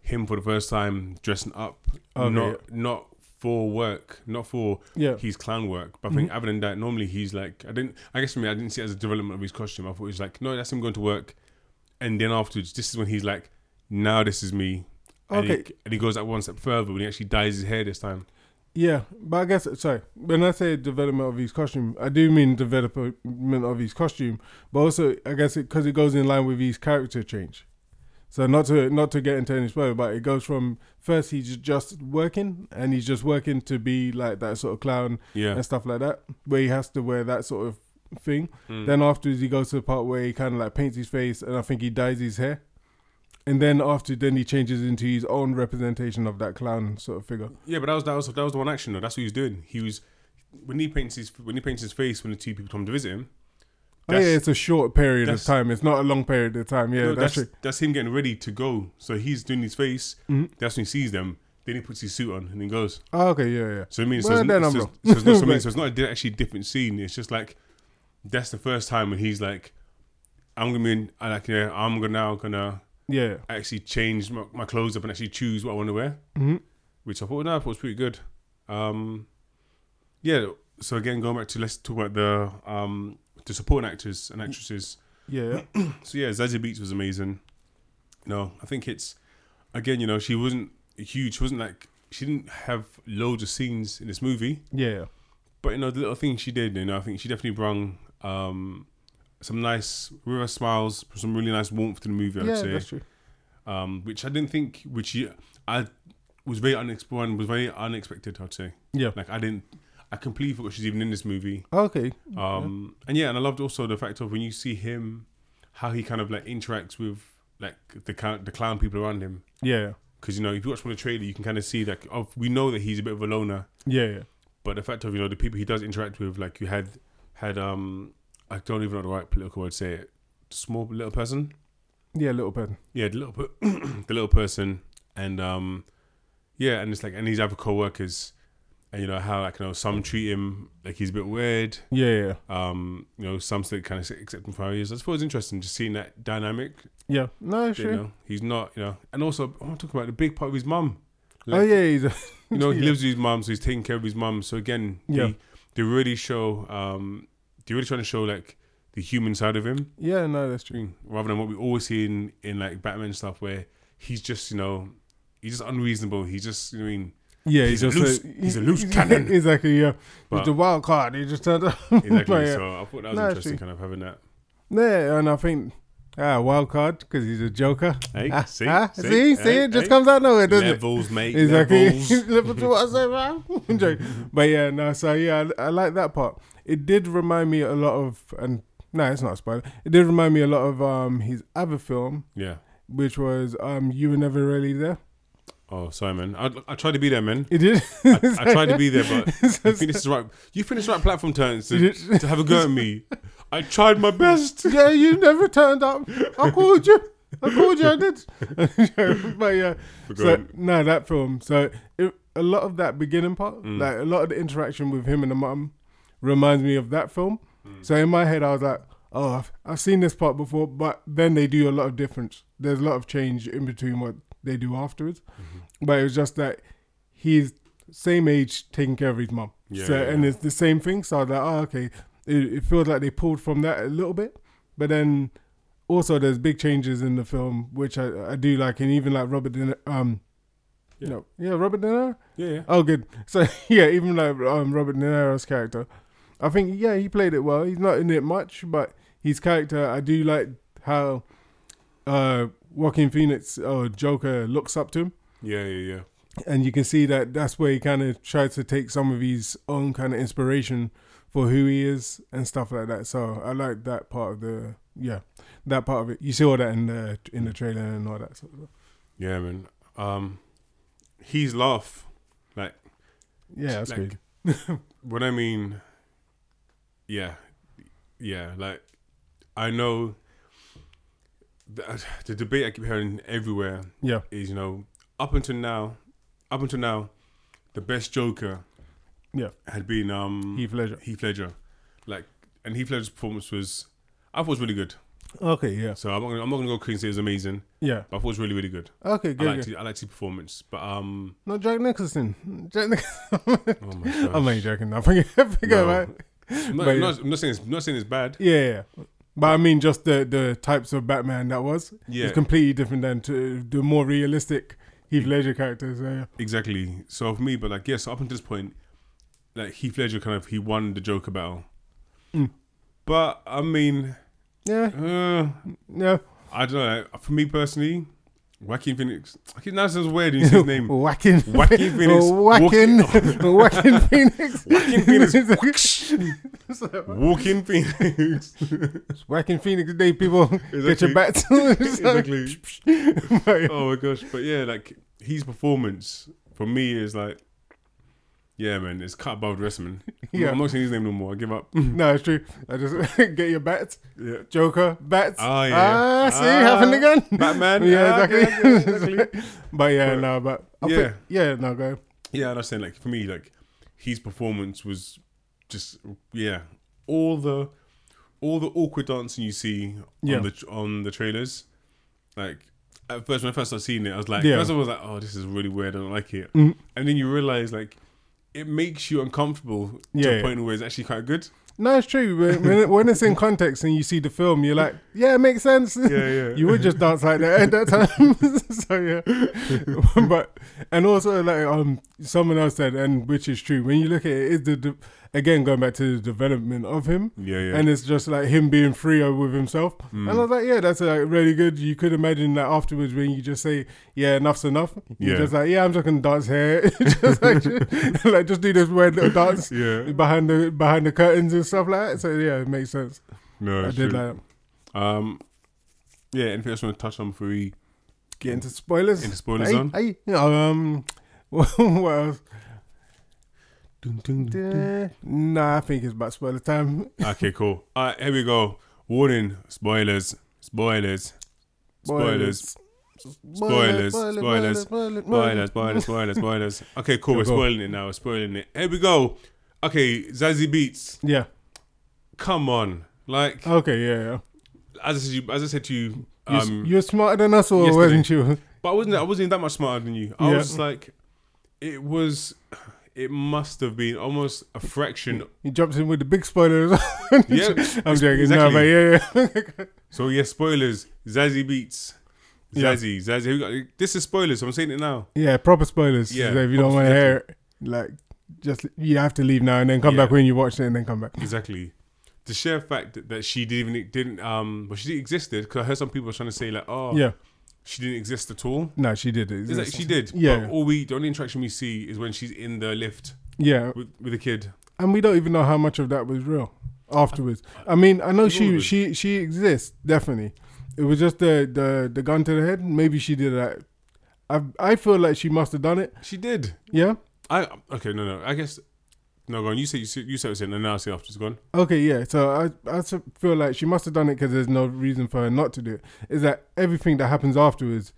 Speaker 8: him for the first time dressing up, not not for work, not for
Speaker 9: Yeah. Mm-hmm.
Speaker 8: his clown work. But I think other than that, normally he's like I didn't. I guess for me, I didn't see it as a development of his costume. I thought it was like no, that's him going to work, and then afterwards, this is when he's like, now this is me. And
Speaker 9: Okay.
Speaker 8: he, and he goes that one step further when he actually dyes his hair this time.
Speaker 9: yeah but I guess sorry when I say development of his costume I do mean development of his costume but also I guess it because it goes in line with his character change so not to not to get into any spoiler but it goes from first he's just working and he's just working to be like that sort of clown
Speaker 8: Yeah.
Speaker 9: and stuff like that where he has to wear that sort of thing then afterwards he goes to the part where he kind of like paints his face and I think he dyes his hair. and then after then he changes into his own representation of that clown sort of figure.
Speaker 8: Yeah, but that was that was that was the one action though. That's what he was doing. He was when he paints his when he paints his face when the two people come to visit him.
Speaker 9: Oh yeah,
Speaker 8: that's-
Speaker 9: it's a short period of
Speaker 8: that's-
Speaker 9: time. It's not a long period of time. Yeah,
Speaker 8: No,
Speaker 9: that's,
Speaker 8: that's that's, him getting ready to go. So he's doing his face.
Speaker 9: Mm-hmm.
Speaker 8: That's when he sees them. Then he puts his suit on and then goes.
Speaker 9: true. Oh, okay, yeah, yeah.
Speaker 8: So it means
Speaker 9: Well,
Speaker 8: so, it's,
Speaker 9: then
Speaker 8: so,
Speaker 9: I'm
Speaker 8: it's-
Speaker 9: wrong.
Speaker 8: so it's not, so, it means-
Speaker 9: Right.
Speaker 8: so it's not a di- actually different scene. It's just like that's the first time when he's like, I'm gonna be in, I like yeah, I'm gonna now gonna
Speaker 9: yeah.
Speaker 8: actually change my, my clothes up and actually choose what I want to wear, mm-hmm. which I thought no, I thought was pretty good. Um, yeah. So again, going back to let's talk about the um the supporting actors and actresses.
Speaker 9: Yeah.
Speaker 8: So yeah, Zazie Beats was amazing. No, I think it's again, you know, she wasn't huge. She wasn't like she didn't have loads of scenes in this movie,
Speaker 9: Yeah.
Speaker 8: but you know, the little things she did, you know, I think she definitely brung um, some nice river smiles, some really nice warmth to the movie. I'd
Speaker 9: Yeah,
Speaker 8: say,
Speaker 9: that's true.
Speaker 8: Um, which I didn't think, which you- I was very unexpected, was very unexpected. I'd say,
Speaker 9: Yeah.
Speaker 8: like I didn't, I completely forgot she's even in this movie.
Speaker 9: Okay.
Speaker 8: Um, and yeah, and I loved also the fact of when you see him, how he kind of like interacts with like the clown, the clown people around him.
Speaker 9: Yeah.
Speaker 8: Because you know, if you watch from the trailer, you can kind of see that oh, we know that he's a bit of a loner,
Speaker 9: Yeah. Yeah.
Speaker 8: but the fact of you know the people he does interact with, like you had had um, I don't even know the right political word to say it, small little person,
Speaker 9: Yeah. Little pen.
Speaker 8: yeah, the little per- the little person, and um, yeah, and it's like and these other co-workers, and you know how like you know some treat him like he's a bit weird,
Speaker 9: Yeah. Yeah.
Speaker 8: um, you know, some still kind of accept him for how he is. I suppose it's interesting just seeing that dynamic.
Speaker 9: Yeah. No,
Speaker 8: You
Speaker 9: sure.
Speaker 8: know, he's not, you know, and also I want to talk about the big part of his mum.
Speaker 9: oh yeah, he's a,
Speaker 8: You know, he lives with his mum, so he's taking care of his mum. So again,
Speaker 9: Yeah.
Speaker 8: they, they really show, um, they're really trying to show like the human side of him,
Speaker 9: Yeah. No, that's true.
Speaker 8: rather than what we always see in in like Batman stuff, where he's just, you know, he's just unreasonable. He's just, you know, what I mean,
Speaker 9: Yeah,
Speaker 8: He's a
Speaker 9: just
Speaker 8: loose- he's a loose cannon.
Speaker 9: Exactly. Yeah.
Speaker 8: But-
Speaker 9: he's the wild card. He just turned up.
Speaker 8: exactly.
Speaker 9: But, yeah.
Speaker 8: So I thought that was
Speaker 9: No, it's
Speaker 8: interesting,
Speaker 9: true.
Speaker 8: kind of having that.
Speaker 9: Yeah, and I think ah, wild card because he's a joker.
Speaker 8: Hey,
Speaker 9: ah,
Speaker 8: see,
Speaker 9: ah,
Speaker 8: see,
Speaker 9: see, see,
Speaker 8: hey,
Speaker 9: it just
Speaker 8: hey.
Speaker 9: comes out nowhere, doesn't
Speaker 8: Levels, mate.
Speaker 9: it? Exactly.
Speaker 8: Levels.
Speaker 9: Level two, I say, man. I'm joking. but yeah, no. So yeah, I, I like that part. It did remind me a lot of, and no, it's not a spoiler. It did remind me a lot of um his other film,
Speaker 8: Yeah.
Speaker 9: which was um you were never really there.
Speaker 8: Oh, sorry, man. I, I tried to be there, man.
Speaker 9: It did.
Speaker 8: I tried to be there, but you think this is right. You finished right platform turns to,
Speaker 9: You-
Speaker 8: to have a go at me. I tried my best.
Speaker 9: yeah, you never turned up. I called you. I called you. I did. but yeah, so
Speaker 8: Forgotten.
Speaker 9: no, that film. So it, a lot of that beginning part, like a lot of the interaction with him and the mum, reminds me of that film. So in my head, I was like, oh, I've, I've seen this part before. But then they do a lot of difference. There's a lot of change in between what they do afterwards. But it was just that he's same age taking care of his mum.
Speaker 8: Yeah,
Speaker 9: so,
Speaker 8: yeah,
Speaker 9: and
Speaker 8: yeah.
Speaker 9: it's the same thing. So I was like, oh, okay. It, it feels like they pulled from that a little bit, but then also there's big changes in the film which I, I do like, and even like Robert De Niro, um,
Speaker 8: Yeah.
Speaker 9: no, yeah, Robert De Niro.
Speaker 8: Yeah, yeah.
Speaker 9: Oh, good. So yeah, even like um, Robert De Niro's character, I think yeah he played it well. He's not in it much, but his character I do like how uh Joaquin Phoenix or Joker looks up to him
Speaker 8: Yeah, yeah, yeah.
Speaker 9: and you can see that that's where he kind of tried to take some of his own kind of inspiration for who he is and stuff like that. So I like that part of the yeah, that part of it. You see all that in the in the trailer and all that. Sort of,
Speaker 8: Yeah, man. Um, his laugh, like
Speaker 9: yeah, that's
Speaker 8: Like-
Speaker 9: good.
Speaker 8: what I mean, yeah, yeah. Like I know the, uh, the debate I keep hearing everywhere
Speaker 9: Yeah,
Speaker 8: is you know up until now, up until now, the best Joker
Speaker 9: yeah,
Speaker 8: had been um
Speaker 9: Heath Ledger.
Speaker 8: Heath Ledger, like, and Heath Ledger's performance was I thought it was really good.
Speaker 9: Okay, yeah,
Speaker 8: So I'm not gonna, I'm not gonna go clean and say it was amazing,
Speaker 9: yeah.
Speaker 8: but I thought it was really really good.
Speaker 9: Okay,
Speaker 8: I
Speaker 9: good.
Speaker 8: liked
Speaker 9: good.
Speaker 8: it, I liked his performance, but um.
Speaker 9: No, Jack Nicholson. Jack Nicholson.
Speaker 8: Oh my gosh.
Speaker 9: I'm only joking. I forget. I forget
Speaker 8: No.
Speaker 9: about it.
Speaker 8: I'm not,
Speaker 9: But
Speaker 8: I'm
Speaker 9: yeah.
Speaker 8: not, I'm not saying it's, I'm not saying it's bad.
Speaker 9: Yeah, yeah, yeah. But I mean, just the the types of Batman that was.
Speaker 8: Yeah.
Speaker 9: It's completely different than to the more realistic Heath Ledger characters. Yeah.
Speaker 8: Exactly. So for me, but like yes, up until this point, like Heath Ledger kind of he won the Joker battle.
Speaker 9: Hmm.
Speaker 8: But I mean,
Speaker 9: Yeah.
Speaker 8: uh,
Speaker 9: Yeah.
Speaker 8: I don't know. like, for me personally, Joaquin Phoenix. Okay, now sounds weird. You see his name.
Speaker 9: Whacking.
Speaker 8: Whacking Phoenix.
Speaker 9: Whacking. Whacking Phoenix.
Speaker 8: Joaquin Phoenix. Walking Phoenix.
Speaker 9: Whacking Phoenix Day, people. Get your
Speaker 8: Exactly.
Speaker 9: bats.
Speaker 8: Exactly.
Speaker 9: But-
Speaker 8: oh my gosh! But yeah, like his performance for me is like, yeah, man, it's cut above the rest, man.
Speaker 9: Yeah.
Speaker 8: I'm not saying his name no more. I give up.
Speaker 9: No, it's true. I just get your bats.
Speaker 8: yeah.
Speaker 9: Joker, bats.
Speaker 8: Ah, yeah.
Speaker 9: Ah, see,
Speaker 8: Ah,
Speaker 9: happened again.
Speaker 8: Batman.
Speaker 9: yeah,
Speaker 8: Ah, okay,
Speaker 9: exactly.
Speaker 8: okay, exactly.
Speaker 9: but yeah, no, but I
Speaker 8: yeah.
Speaker 9: think- yeah, no, go. ahead.
Speaker 8: Yeah, and I saying like for me, like his performance was just yeah, all the all the awkward dancing you see
Speaker 9: Yeah.
Speaker 8: on the on the trailers. Like at first, when I first started seeing it, I was like,
Speaker 9: Yeah. Mm.
Speaker 8: first of all, I was like, oh, this is really weird. I don't like it. And then you realize like it makes you uncomfortable
Speaker 9: Yeah,
Speaker 8: to
Speaker 9: yeah.
Speaker 8: a point where it's actually quite good.
Speaker 9: No, it's true. When, when, it- when it's in context and you see the film, you're like, yeah, it makes sense.
Speaker 8: yeah.
Speaker 9: you would just dance like that at that time. so yeah, but and also like um someone else said, and which is true. When you look at it, is the de- again going back to the development of him.
Speaker 8: Yeah, yeah. Mm.
Speaker 9: And it's just like him being freer with himself. And I was like, yeah, that's like really good. You could imagine that afterwards when you just say, yeah, enough's enough. You're
Speaker 8: Yeah.
Speaker 9: just like, yeah, I'm just gonna dance here. just like, just, like just do this weird little dance
Speaker 8: Yeah.
Speaker 9: behind the behind the curtains and stuff like that. So yeah, it makes sense.
Speaker 8: No,
Speaker 9: I
Speaker 8: it's
Speaker 9: did
Speaker 8: true.
Speaker 9: like
Speaker 8: Um, yeah. Anything else you want to touch on before we?
Speaker 9: get into spoilers.
Speaker 8: Into spoilers
Speaker 9: hey,
Speaker 8: on.
Speaker 9: Hey, you know, um, what else?
Speaker 8: Dun, dun, dun.
Speaker 9: Uh, nah, I think it's about spoiler time.
Speaker 8: Okay, cool. All right, here we go. Warning: spoilers, spoilers, spoilers. Spoilers, spoilers, spoilers, spoilers, spoilers, spoilers. Okay, cool. We're
Speaker 9: go.
Speaker 8: spoiling it now. We're spoiling it. Here we go. Okay, Zazie Beats.
Speaker 9: Yeah.
Speaker 8: Come on. Like
Speaker 9: Okay. Yeah. yeah.
Speaker 8: as I said, you, as I said to Uh, you,
Speaker 9: You,
Speaker 8: um,
Speaker 9: you're smarter than us, or
Speaker 8: yesterday.
Speaker 9: wasn't you?
Speaker 8: but I wasn't. I wasn't that much smarter than you. I
Speaker 9: Yeah.
Speaker 8: was like, it was. It must have been almost a fraction.
Speaker 9: He jumps in with the big spoilers.
Speaker 8: Yeah,
Speaker 9: I'm
Speaker 8: ex-
Speaker 9: joking.
Speaker 8: exactly.
Speaker 9: No, but yeah, yeah.
Speaker 8: So yeah, spoilers. Zazie Beats.
Speaker 9: Yeah.
Speaker 8: Zazie, Zazie. Here we go. This is spoilers. So I'm saying it now.
Speaker 9: yeah, proper spoilers.
Speaker 8: Yeah,
Speaker 9: so if you don't
Speaker 8: proper
Speaker 9: want to hear it, like, just you have to leave now and then come back
Speaker 8: Yeah.
Speaker 9: when you watch it and then come back.
Speaker 8: Exactly. The sheer fact that, that she didn't even didn't um well she existed because I heard some people trying to say like oh
Speaker 9: Yeah.
Speaker 8: she didn't exist at all.
Speaker 9: No, she did it.
Speaker 8: It's like she did.
Speaker 9: Yeah.
Speaker 8: But all we the only interaction we see is when she's in the lift
Speaker 9: yeah.
Speaker 8: with with a kid.
Speaker 9: and we don't even know how much of that was real afterwards. I mean, I know
Speaker 8: all of
Speaker 9: she
Speaker 8: it.
Speaker 9: she she exists definitely. It was just the the the gun to the head. Maybe she did that. I I feel like she must have done it.
Speaker 8: She did.
Speaker 9: Yeah.
Speaker 8: I okay no no I guess no go on you say you say you say it and then I'll say after it's gone.
Speaker 9: Okay, yeah. So I I s- feel like she must have done it because there's no reason for her not to do it. Is that everything that happens afterwards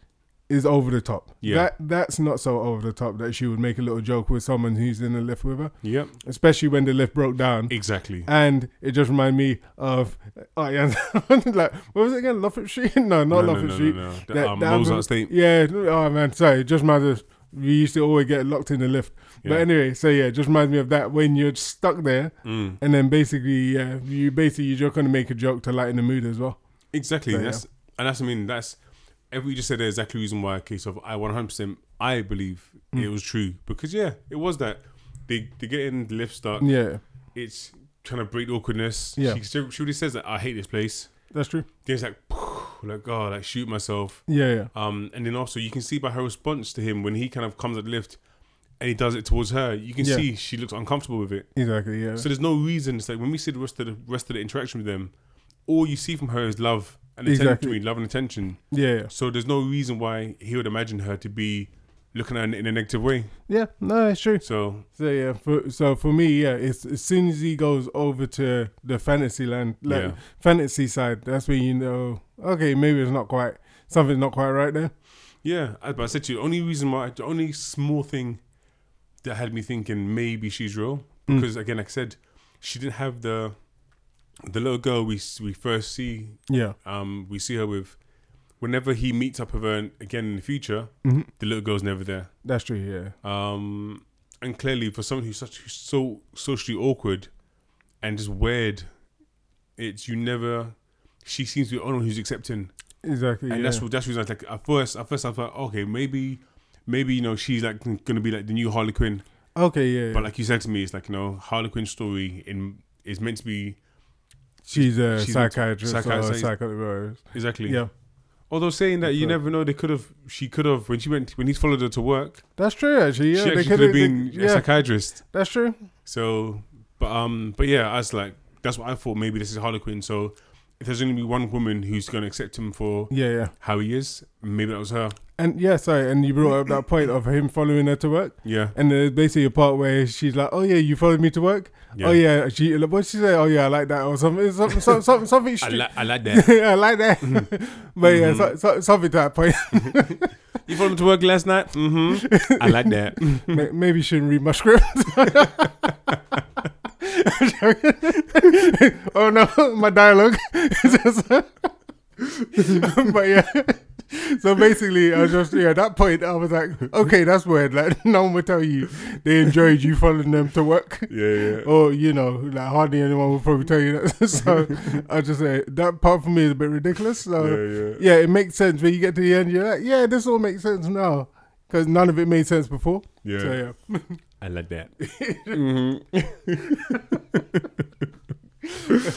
Speaker 9: is over the top?
Speaker 8: Yeah.
Speaker 9: That that's not so over the top that she would make a little joke with someone who's in the lift with her,
Speaker 8: Yep.
Speaker 9: especially when the lift broke down.
Speaker 8: Exactly.
Speaker 9: and it just reminded me of oh yeah, like what was it again? Loftus Street? No, not
Speaker 8: No, no,
Speaker 9: Loftus
Speaker 8: no,
Speaker 9: Street.
Speaker 8: no, no. The, um, Mozart State.
Speaker 9: Yeah. Oh man, sorry. It just reminded us We used to always get locked in the lift. But anyway, so yeah, just reminds me of that when you're stuck there,
Speaker 8: Mm.
Speaker 9: and then basically, yeah, you basically you're just gonna make a joke to lighten the mood as well.
Speaker 8: Exactly.
Speaker 9: So,
Speaker 8: that's and that's I mean that's every you just said the exact reason why a case of I one hundred percent I believe
Speaker 9: Hmm.
Speaker 8: it was true. Because yeah, it was that. They they get in the lift start.
Speaker 9: Yeah,
Speaker 8: It's trying to break the awkwardness.
Speaker 9: Yeah.
Speaker 8: She still she already says that I hate this place.
Speaker 9: that's true.
Speaker 8: Then it's like like oh like shoot myself.
Speaker 9: Yeah, yeah.
Speaker 8: Um and then also you can see by her response to him when he kind of comes at the lift and he does it towards her, you can
Speaker 9: Yeah.
Speaker 8: see she looks uncomfortable with it.
Speaker 9: Exactly. Yeah.
Speaker 8: So there's no reason. It's like when we see the rest of the rest of the interaction with them, all you see from her is love and attention,
Speaker 9: Exactly.
Speaker 8: love and attention.
Speaker 9: yeah, yeah.
Speaker 8: So there's no reason why he would imagine her to be looking at her in a negative way.
Speaker 9: Yeah. No, it's true.
Speaker 8: So
Speaker 9: So yeah, for, so for me, yeah, it's as soon as he goes over to the fantasy land, like
Speaker 8: Yeah.
Speaker 9: fantasy side, that's where you know, okay, maybe it's not quite something's not quite right there.
Speaker 8: yeah, I, but I said to you, the only reason why, the only small thing that had me thinking maybe she's real because again, like I said, she didn't have the the little girl we s- we first see
Speaker 9: Yeah,
Speaker 8: um, we see her with. Whenever he meets up with her again in the future, the little girl's never there.
Speaker 9: that's true. Yeah,
Speaker 8: Um, and clearly, for someone who's such who's so socially awkward and just weird, it's you never. She seems to be the only one who's accepting,
Speaker 9: exactly.
Speaker 8: and
Speaker 9: yeah.
Speaker 8: that's what that's the reason I was like at first. At first, I thought, okay, maybe, maybe you know she's like gonna be like the new Harley Quinn.
Speaker 9: okay. Yeah,
Speaker 8: But like you said to me, it's like you know Harley Quinn's story in is meant to be
Speaker 9: she's a
Speaker 8: she's a-
Speaker 9: psychiatrist,
Speaker 8: psychiatrist,
Speaker 9: or
Speaker 8: so-
Speaker 9: psychologist.
Speaker 8: exactly.
Speaker 9: Yeah,
Speaker 8: Although saying that, you
Speaker 9: Correct.
Speaker 8: never know. They could have. She could have when she went when he followed her to work.
Speaker 9: that's true. Actually, yeah,
Speaker 8: she
Speaker 9: they
Speaker 8: actually could
Speaker 9: could've-
Speaker 8: have been
Speaker 9: they-
Speaker 8: a
Speaker 9: yeah,
Speaker 8: psychiatrist.
Speaker 9: that's true.
Speaker 8: So, but um, but yeah, I was like, that's what I thought. Maybe this is Harlequin. So, if there's only one woman who's going to accept him for
Speaker 9: Yeah, yeah,
Speaker 8: how he is, maybe that was her.
Speaker 9: and yeah. Sorry, and you brought up that point of him following her to work.
Speaker 8: Yeah,
Speaker 9: And there's basically a part where she's like, "Oh yeah, you followed me to work.
Speaker 8: Yeah.
Speaker 9: Oh yeah, she what she say? Oh yeah, I like that or something, something, something, something, something
Speaker 8: I,
Speaker 9: stupid.
Speaker 8: li- I like Mm-hmm. that.
Speaker 9: I like that, but yeah, so, so, something to that point.
Speaker 8: you followed him to work last night. Mm-hmm. I like that.
Speaker 9: May- Maybe you shouldn't read my script. oh no, my dialogue. but yeah, so basically, I was just yeah. At that point, I was like, okay, that's weird. Like, no one would tell you they enjoyed you following them to work.
Speaker 8: Yeah, yeah.
Speaker 9: Or Oh, you know, like hardly anyone will probably tell you that. so I just say that part for me is a bit ridiculous. So
Speaker 8: Oh, Yeah,
Speaker 9: yeah, it makes sense when you get to the end. You're like, yeah, this all makes sense now because none of it made sense before.
Speaker 8: Yeah.
Speaker 9: So yeah,
Speaker 8: I like that.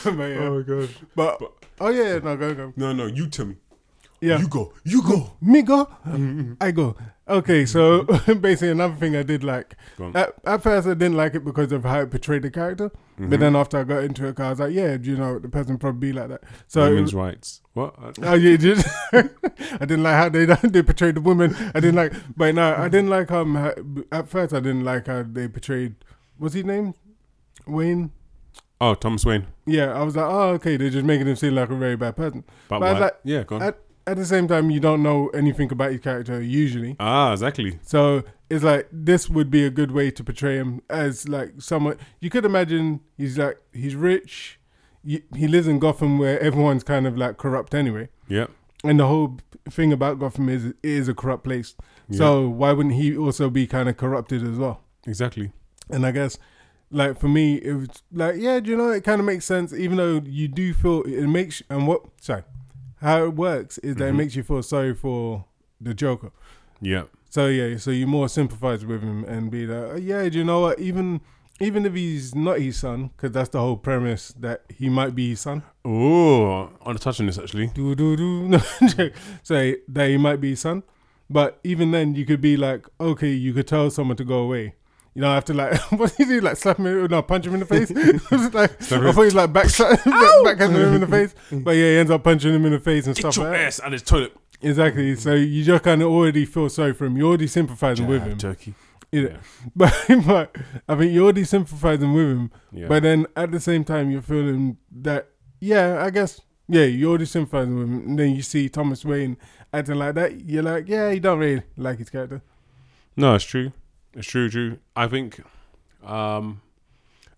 Speaker 9: but, yeah.
Speaker 8: god.
Speaker 9: but, oh yeah, yeah, no, go go.
Speaker 8: No, no, you tell me.
Speaker 9: Yeah,
Speaker 8: You go. You go.
Speaker 9: me go, I go. Okay, so basically another thing I did like.
Speaker 8: Mm-hmm. Go on.
Speaker 9: At, at first, I didn't like it because of how it portrayed the character,
Speaker 8: Mm-hmm.
Speaker 9: but then after I got into it, 'cause I was like, yeah, do you know the person probably be like that. So it
Speaker 8: Women's
Speaker 9: was-
Speaker 8: rights. What? I-
Speaker 9: Oh, yeah, just I didn't like how they they portrayed the women. I didn't like, but no, I didn't like um. how- At first, I didn't like how they portrayed. What's his name? Wayne.
Speaker 8: Oh, Thomas Wayne.
Speaker 9: Yeah, I was like, oh, okay, they're just making him seem like a very bad person.
Speaker 8: But
Speaker 9: I was
Speaker 8: why-
Speaker 9: like,
Speaker 8: yeah, go on.
Speaker 9: At, at the same time, you don't know anything about his character usually,
Speaker 8: Ah, exactly.
Speaker 9: so it's like this would be a good way to portray him as like someone you could imagine. He's like he's rich. He he lives in Gotham where everyone's kind of like corrupt anyway.
Speaker 8: Yeah.
Speaker 9: And the whole thing about Gotham is it is a corrupt place. So why wouldn't he also be kind of corrupted as well?
Speaker 8: Exactly.
Speaker 9: And I guess, like for me, it was like, yeah, do you know, it kind of makes sense. Even though you do feel it makes and what sorry, how it works is that it makes you feel sorry for the Joker.
Speaker 8: Yeah.
Speaker 9: So yeah, so you more sympathize with him and be like, oh, yeah, do you know what? Even even if he's not his son, because that's the whole premise that he might be his son.
Speaker 8: Oh, I want to touch on this actually.
Speaker 9: do do do no
Speaker 8: Hmm.
Speaker 9: joke. say that he might be his son but even then you could be like okay you could tell someone to go away you know, after like, what did he do? Like slap him, in- no, punch him in the face. It was like, I thought he's like back, backhanding him in the face. But yeah, he ends up punching him in the face and
Speaker 8: Get
Speaker 9: stuff
Speaker 8: your
Speaker 9: like that.
Speaker 8: ass Hmm. out of this toilet.
Speaker 9: Exactly. So you just kind of already feel sorry for him. You're already sympathizing with him.
Speaker 8: Turkey.
Speaker 9: You know? but, but I think you're already sympathizing with him.
Speaker 8: Yeah.
Speaker 9: But then at the same time, you're feeling that, yeah, I guess, yeah, you're already sympathizing with him. And then you see Thomas Wayne acting like that. You're like, yeah, you don't really like his character.
Speaker 8: No, it's true. It's true, true. I think, um,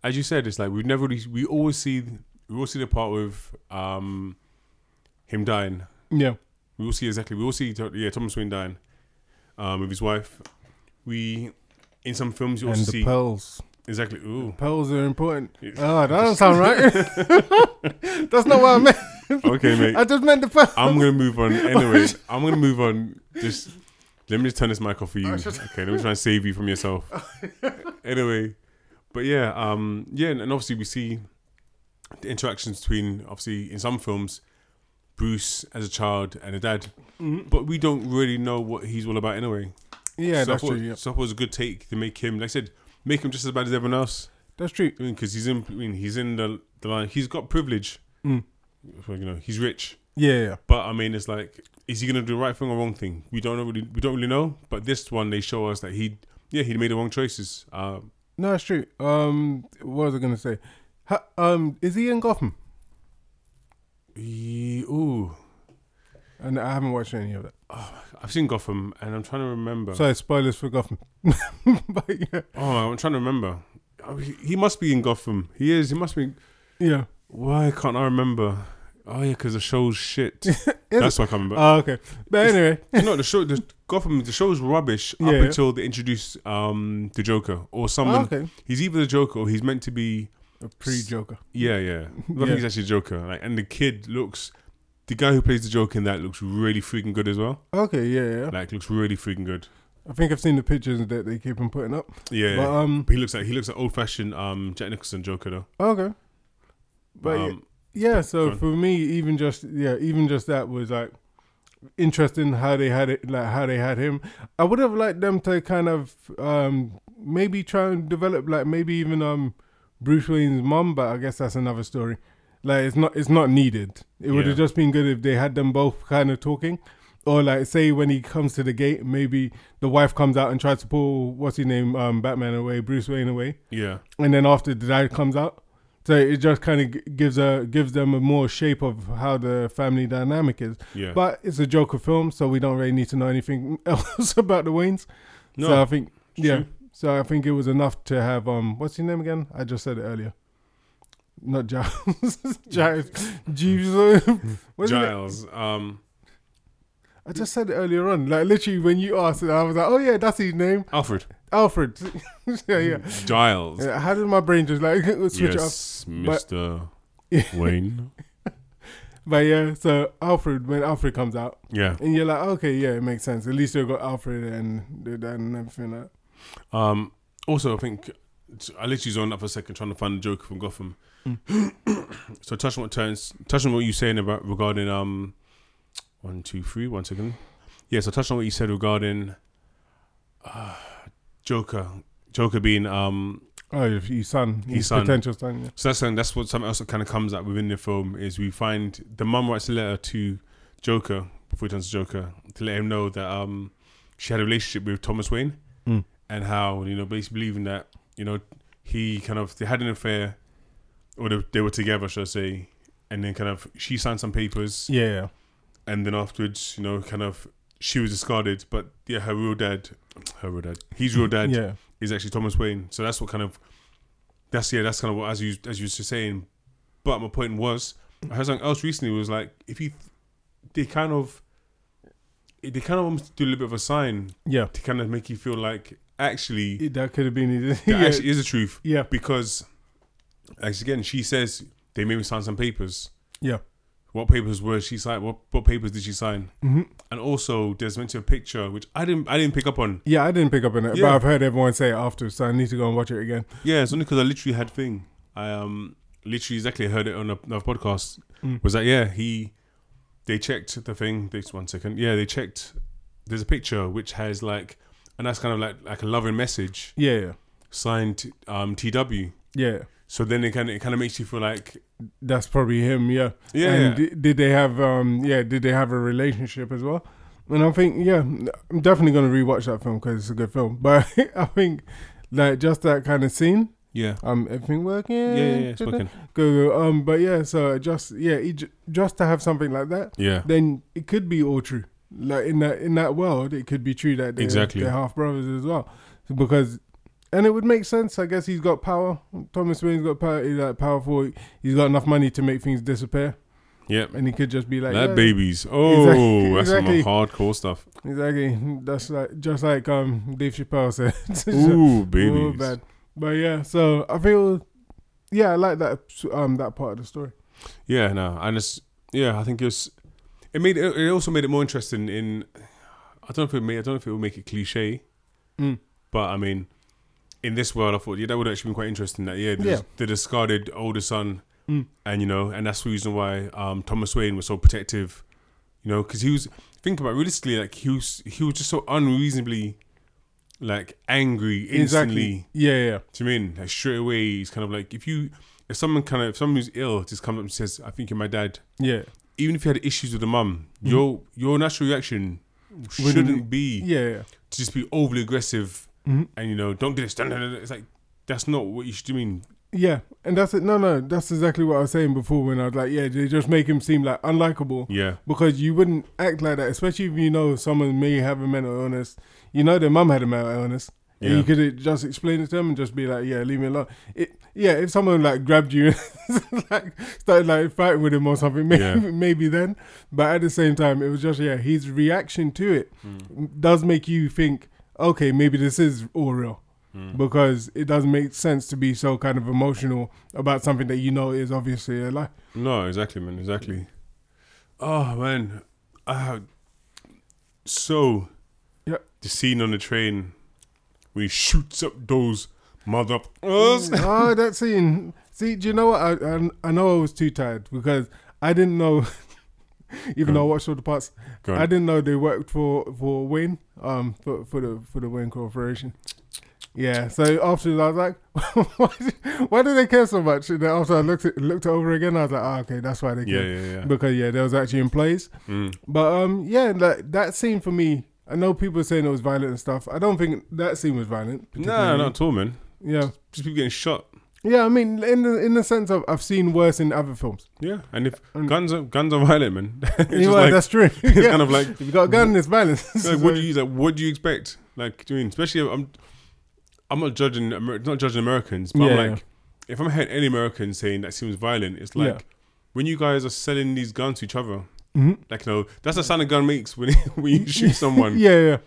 Speaker 8: as you said, it's like we've never really, we always see we all see the part with um, him dying.
Speaker 9: Yeah.
Speaker 8: We all see exactly. We all see yeah Thomas Wayne dying um, with his wife, we in some films you
Speaker 9: and
Speaker 8: also
Speaker 9: the
Speaker 8: see
Speaker 9: pearls.
Speaker 8: exactly. Ooh,
Speaker 9: Pearls are important. Oh, that doesn't sound right. That's not what I meant.
Speaker 8: okay, mate.
Speaker 9: I just meant the pearls.
Speaker 8: I'm gonna move on anyway. I'm gonna move on. Just let me just turn this mic off for
Speaker 9: Oh,
Speaker 8: you. Okay, let me try and save you from yourself. anyway, but yeah, um, yeah, and and obviously we see the interactions between obviously in some films Bruce as a child and a dad, but we don't really know what he's all about anyway.
Speaker 9: Mm-hmm. yeah,
Speaker 8: so
Speaker 9: that's
Speaker 8: I thought,
Speaker 9: true. Yeah.
Speaker 8: So I thought it was a good take to make him, like I said, make him just as bad as everyone else.
Speaker 9: That's true.
Speaker 8: I mean, because he's in, I mean, he's in the the line. He's got privilege.
Speaker 9: Mm.
Speaker 8: So, you know, he's rich.
Speaker 9: Yeah, yeah.
Speaker 8: But I mean, it's like, is he gonna do the right thing or wrong thing? We don't know really. We don't really know. But this one, they show us that he, yeah, he made the wrong choices. Uh,
Speaker 9: No, that's true. Um, what was I gonna say? Ha- um, is he in Gotham?
Speaker 8: he, ooh,
Speaker 9: And I haven't watched any of that.
Speaker 8: I've seen Gotham, and I'm trying to remember.
Speaker 9: Sorry, spoilers for Gotham. but yeah,
Speaker 8: oh, I'm trying to remember. Oh, he- He must be in Gotham. He is. He must be.
Speaker 9: yeah.
Speaker 8: Why can't I remember? Oh yeah, because the show's shit. That's why I can't remember.
Speaker 9: Oh, okay. But anyway,
Speaker 8: you know the show, the Gotham, the show's rubbish
Speaker 9: Yeah,
Speaker 8: up
Speaker 9: yeah. Oh,
Speaker 8: until they introduce um the Joker or someone.
Speaker 9: okay.
Speaker 8: He's either the Joker or he's meant to be.
Speaker 9: a pre-Joker.
Speaker 8: Yeah, yeah. I think
Speaker 9: Yeah.
Speaker 8: he's actually the Joker. Like, and the kid looks, the guy who plays the Joker in that looks really freaking good as well.
Speaker 9: Okay, yeah, yeah.
Speaker 8: Like, looks really freaking good.
Speaker 9: I think I've seen the pictures that they keep on putting up.
Speaker 8: Yeah.
Speaker 9: But, um,
Speaker 8: But he looks like he looks like old fashioned um Jack Nicholson Joker though.
Speaker 9: Okay, but
Speaker 8: um,
Speaker 9: yeah. So
Speaker 8: go on.
Speaker 9: for me, even just yeah, even just that was like interesting how they had it, like how they had him. I would have liked them to kind of um maybe try and develop like maybe even um Bruce Wayne's mom, but I guess that's another story. Like it's not it's not needed. It would have
Speaker 8: Yeah.
Speaker 9: just been good if they had them both kind of talking. Or like say when he comes to the gate, maybe the wife comes out and tries to pull what's his name, um, Batman away, Bruce Wayne away
Speaker 8: yeah.
Speaker 9: and then after the dad comes out. So it just kind of g- gives a gives them a more shape of how the family dynamic is.
Speaker 8: Yeah.
Speaker 9: But it's a Joker film, so we don't really need to know anything else about the Waynes.
Speaker 8: No.
Speaker 9: So I think yeah.
Speaker 8: True.
Speaker 9: So I think it was enough to have um what's his name again? I just said it earlier. Not Giles. Giles. Jeeves. What's his name?
Speaker 8: Giles. Um
Speaker 9: I just said it earlier on. Like literally when you asked it, I was like, oh yeah, that's his name,
Speaker 8: Alfred.
Speaker 9: Alfred. yeah, yeah.
Speaker 8: Giles.
Speaker 9: Yeah, How did my brain just like switch it up?
Speaker 8: Mm. yes,
Speaker 9: But-
Speaker 8: Mr. Wayne.
Speaker 9: But yeah, so Alfred, when Alfred comes out,
Speaker 8: Yeah.
Speaker 9: and you're like, okay, yeah, it makes sense. At least they've got Alfred and the dad and everything like that.
Speaker 8: Um also I think I literally zoned up for a second trying to find the Joker from Gotham. so touch on what turns touch on what you're saying about regarding um one, two, three, one second. Yeah, so touch on what you said regarding uh Joker. Joker being um
Speaker 9: Oh, his, his son. His,
Speaker 8: son.
Speaker 9: potential son, yeah.
Speaker 8: So that's something, that's what something else that kind of comes out within the film is we find the mum writes a letter to Joker before he turns to Joker to let him know that um she had a relationship with Thomas Wayne and how you know basically believing that you know he kind of they had an affair or they, they were together should I say and then kind of she signed some papers
Speaker 9: Yeah, yeah.
Speaker 8: and then afterwards you know kind of she was discarded but yeah her real dad her real dad his real dad
Speaker 9: Yeah.
Speaker 8: is actually Thomas Wayne. So that's what kind of that's yeah, that's kind of what as you as you were just saying. But my point was, I heard something else recently was like if you they kind of they kind of almost do a little bit of a sign
Speaker 9: Yeah.
Speaker 8: to kind of make you feel like actually
Speaker 9: It- That could have been his.
Speaker 8: that
Speaker 9: yeah.
Speaker 8: actually is the truth.
Speaker 9: Yeah.
Speaker 8: Because as again, she says they made me sign some papers.
Speaker 9: yeah.
Speaker 8: What papers were she signed? What what papers did she sign? Mm-hmm. And also, there's meant to be a picture which I didn't I didn't pick up on.
Speaker 9: Yeah, I didn't pick up on it, but
Speaker 8: Yeah.
Speaker 9: I've heard everyone say it afterwards, so I need to go and watch it again.
Speaker 8: Yeah, it's only because I literally had thing. I um literally exactly heard it on a, another podcast.
Speaker 9: Mm.
Speaker 8: Was that yeah? He they checked the thing. This one second. Yeah, they checked. There's a picture which has like, and that's kind of like like a loving message
Speaker 9: Yeah, yeah.
Speaker 8: signed um TW.
Speaker 9: Yeah.
Speaker 8: So then it kind of it kind of makes you feel like
Speaker 9: That's probably him, yeah.
Speaker 8: Yeah,
Speaker 9: And
Speaker 8: yeah.
Speaker 9: di- did they have um yeah, did they have a relationship as well? And I think yeah, I'm definitely going to rewatch that film cuz it's a good film. But I think like just that kind of scene
Speaker 8: yeah
Speaker 9: um everything working.
Speaker 8: yeah yeah, yeah it's working
Speaker 9: Go go. Um but yeah, so just yeah, it, ju- just to have something like that,
Speaker 8: Yeah.
Speaker 9: Then it could be all true. Like in that in that world, it could be true that they're,
Speaker 8: Exactly.
Speaker 9: they're half brothers as well. Because and it would make sense. I guess he's got power. Thomas Wayne's got power. He's like powerful. He's got enough money to make things disappear.
Speaker 8: Yep.
Speaker 9: and he could just be like
Speaker 8: That
Speaker 9: "Yeah."
Speaker 8: babies. Oh,
Speaker 9: exactly.
Speaker 8: that's some hardcore stuff.
Speaker 9: Exactly. That's like just like um Dave Chappelle said.
Speaker 8: Ooh,
Speaker 9: Ooh,
Speaker 8: babies.
Speaker 9: bad. But yeah, so I feel yeah, I like that um that part of the story.
Speaker 8: Yeah, no, and it's yeah. I think it was. It made it it also made it more interesting. In I don't know if it made I don't know if it will make it cliche, but I mean, in this world, I thought yeah, that would actually be quite interesting. That yeah, the,
Speaker 9: Yeah.
Speaker 8: the discarded older son, and you know, and that's the reason why um, Thomas Wayne was so protective. You know, because he was think about it, realistically, like he was he was just so unreasonably, like angry instantly.
Speaker 9: Yeah, yeah.
Speaker 8: Do you mean like straight away? He's kind of like if you, if someone kind of if someone who's ill just comes up and says, "I think you're my dad,"
Speaker 9: Yeah.
Speaker 8: even if you had issues with the mum,
Speaker 9: Mm.
Speaker 8: your your natural reaction shouldn't be
Speaker 9: Yeah, Mm-hmm. yeah.
Speaker 8: to just be overly aggressive and you know don't do this. dun, dun, dun, dun." It's like that's not what you should do. Mean
Speaker 9: Yeah. And that's it. No, no, that's exactly what I was saying before when I was like, yeah, they just make him seem like unlikable.
Speaker 8: Yeah.
Speaker 9: Because you wouldn't act like that, especially if you know someone may have a mental illness. You know their mum had a mental illness. And
Speaker 8: Yeah.
Speaker 9: you could just explain it to them and just be like, yeah, leave me alone. It, yeah, if someone like grabbed you and like started like fighting with him or something, maybe,
Speaker 8: Yeah.
Speaker 9: maybe then. But at the same time, it was just, yeah, his reaction to it
Speaker 8: Hmm.
Speaker 9: does make you think, okay, maybe this is all real.
Speaker 8: Hmm.
Speaker 9: Because it doesn't make sense to be so kind of emotional about something that you know is obviously a lie.
Speaker 8: no, exactly, man, exactly. Oh man, ah, so
Speaker 9: Yeah.
Speaker 8: the scene on the train where he shoots up those motherfuckers.
Speaker 9: oh, that scene. See, do you know what? I, I, I know I was too tired because I didn't know, even though I watched all the parts,
Speaker 8: Go on.
Speaker 9: I didn't know they worked for for Wayne, um, for, for the for the Wayne Corporation. Yeah. So afterwards, I was like, why, do- why do they care so much? And then after I looked it, looked it over again, I was like, oh, okay, that's why they
Speaker 8: Yeah,
Speaker 9: care.
Speaker 8: yeah, Mm. yeah.
Speaker 9: Because yeah, they was actually in place. But um, yeah, that that scene for me. I know people are saying it was violent and stuff. I don't think that scene was violent.
Speaker 8: Nah, not at all, man.
Speaker 9: Yeah.
Speaker 8: Just people getting shot.
Speaker 9: Yeah, I mean, in the in the sense of I've seen worse in other films.
Speaker 8: Yeah, and if guns are guns are violent, man. it's just
Speaker 9: Yeah, well,
Speaker 8: like-
Speaker 9: that's true.
Speaker 8: It's
Speaker 9: Yeah.
Speaker 8: kind of like,
Speaker 9: If you got a gun, it's violence.
Speaker 8: like, what do you like? What do you expect? Like, do you mean especially? I'm I'm not judging Amer- not judging Americans, but
Speaker 9: Yeah,
Speaker 8: I'm like, if I'm hearing any American saying that seems violent, it's
Speaker 9: Yeah.
Speaker 8: like when you guys are selling these guns to each other.
Speaker 9: Mm-hmm.
Speaker 8: Like, no, that's the sound a gun makes when when you shoot someone.
Speaker 9: yeah, yeah.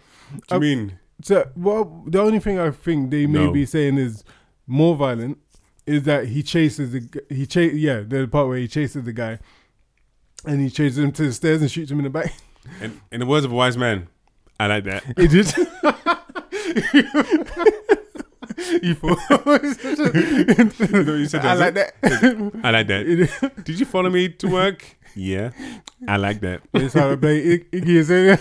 Speaker 8: do you mean?
Speaker 9: So, well, the only thing I think they may
Speaker 8: No.
Speaker 9: be saying is more violent is that he chases the g- he chase yeah the part where he chases the guy and he chases him to the stairs and shoots him in the back.
Speaker 8: In, in the words of a wise man, I like that.
Speaker 9: It did. you thought?
Speaker 8: You know, you said
Speaker 9: I like
Speaker 8: that.
Speaker 9: that.
Speaker 8: I like that. Did you follow me to work? Yeah, I like that.
Speaker 9: It's how to play Ig- Iggy Azalea.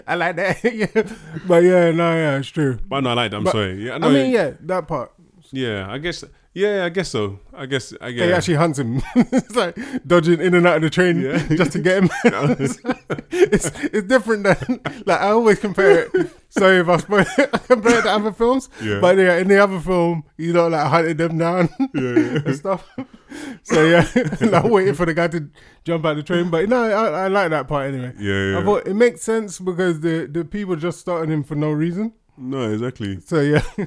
Speaker 9: I like that. yeah. But yeah, no, yeah, it's true.
Speaker 8: But no, I like that. I'm
Speaker 9: But-
Speaker 8: sorry. Yeah,
Speaker 9: I
Speaker 8: no,
Speaker 9: mean, yeah, that part.
Speaker 8: Yeah, I guess. Yeah, I guess so. I guess. I guess.
Speaker 9: He actually hunts him. it's like dodging in and out of the train
Speaker 8: Yeah.
Speaker 9: just to get him. it's, it's different than like I always compare it. Sorry if I spoil it. I compare it to other films.
Speaker 8: Yeah.
Speaker 9: But yeah, in the other film, you know, like hunted them down and stuff. So yeah, like waiting for the guy to jump out the train. But no, I, I like that part anyway.
Speaker 8: Yeah, yeah.
Speaker 9: I thought it makes sense because the the people just started him for no reason.
Speaker 8: no, exactly.
Speaker 9: So yeah,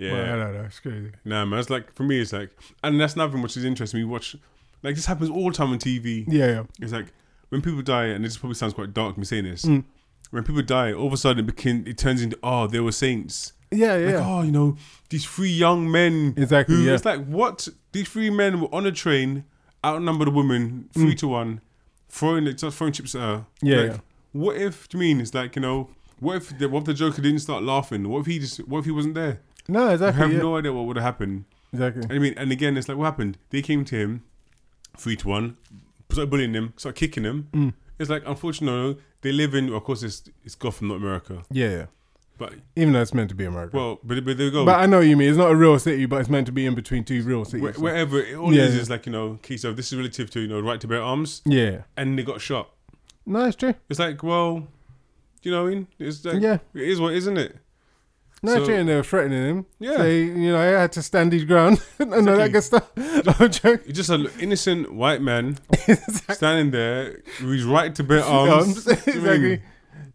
Speaker 8: Yeah.
Speaker 9: Well, I don't know. It's crazy.
Speaker 8: Nah, man. It's like for me, it's like, and that's another thing which is interesting. We watch, like, this happens all the time on TV.
Speaker 9: Yeah, yeah.
Speaker 8: It's like when people die, and this probably sounds quite dark me saying this.
Speaker 9: Mm.
Speaker 8: When people die, all of a sudden it, became, it turns into oh, they were saints.
Speaker 9: Yeah, yeah,
Speaker 8: Like,
Speaker 9: yeah.
Speaker 8: oh, you know, these three young men.
Speaker 9: Exactly,
Speaker 8: Who,
Speaker 9: yeah.
Speaker 8: It's like, what? These three men were on a train, outnumbered a woman, three to one, throwing the, just throwing chips at her.
Speaker 9: Mm. Yeah,
Speaker 8: Like,
Speaker 9: yeah.
Speaker 8: What if, do you mean, it's like, you know, what if the, what if the Joker didn't start laughing? What if he just, what if he wasn't there?
Speaker 9: No,
Speaker 8: I have
Speaker 9: exactly. Yeah.
Speaker 8: no idea what would have happened.
Speaker 9: exactly.
Speaker 8: I mean, and again, it's like, what happened? They came to him, three to one, started bullying him, started kicking him.
Speaker 9: Mm.
Speaker 8: It's like, unfortunately, they live in, of course, it's, it's Gotham, not America.
Speaker 9: Yeah, yeah.
Speaker 8: But,
Speaker 9: Even though it's meant to be America.
Speaker 8: well, but, but there we go.
Speaker 9: but I know what you mean. It's not a real city, but it's meant to be in between two real cities.
Speaker 8: Where,
Speaker 9: so-
Speaker 8: wherever it all
Speaker 9: Yeah,
Speaker 8: is
Speaker 9: yeah.
Speaker 8: is like you know, okay, so this is relative to you know right to bear arms,
Speaker 9: yeah.
Speaker 8: and they got shot.
Speaker 9: No, it's true.
Speaker 8: It's like, well, you know, what I mean, it's like,
Speaker 9: Yeah.
Speaker 8: it is what isn't it?
Speaker 9: No, it's
Speaker 8: So-
Speaker 9: true. And they were threatening him.
Speaker 8: Yeah.
Speaker 9: So, he- you know, I had to stand his ground and all that good stuff. I'm joking.
Speaker 8: It's just an innocent white man standing there who's right to bear arms.
Speaker 9: Arms,
Speaker 8: Do you know what I mean?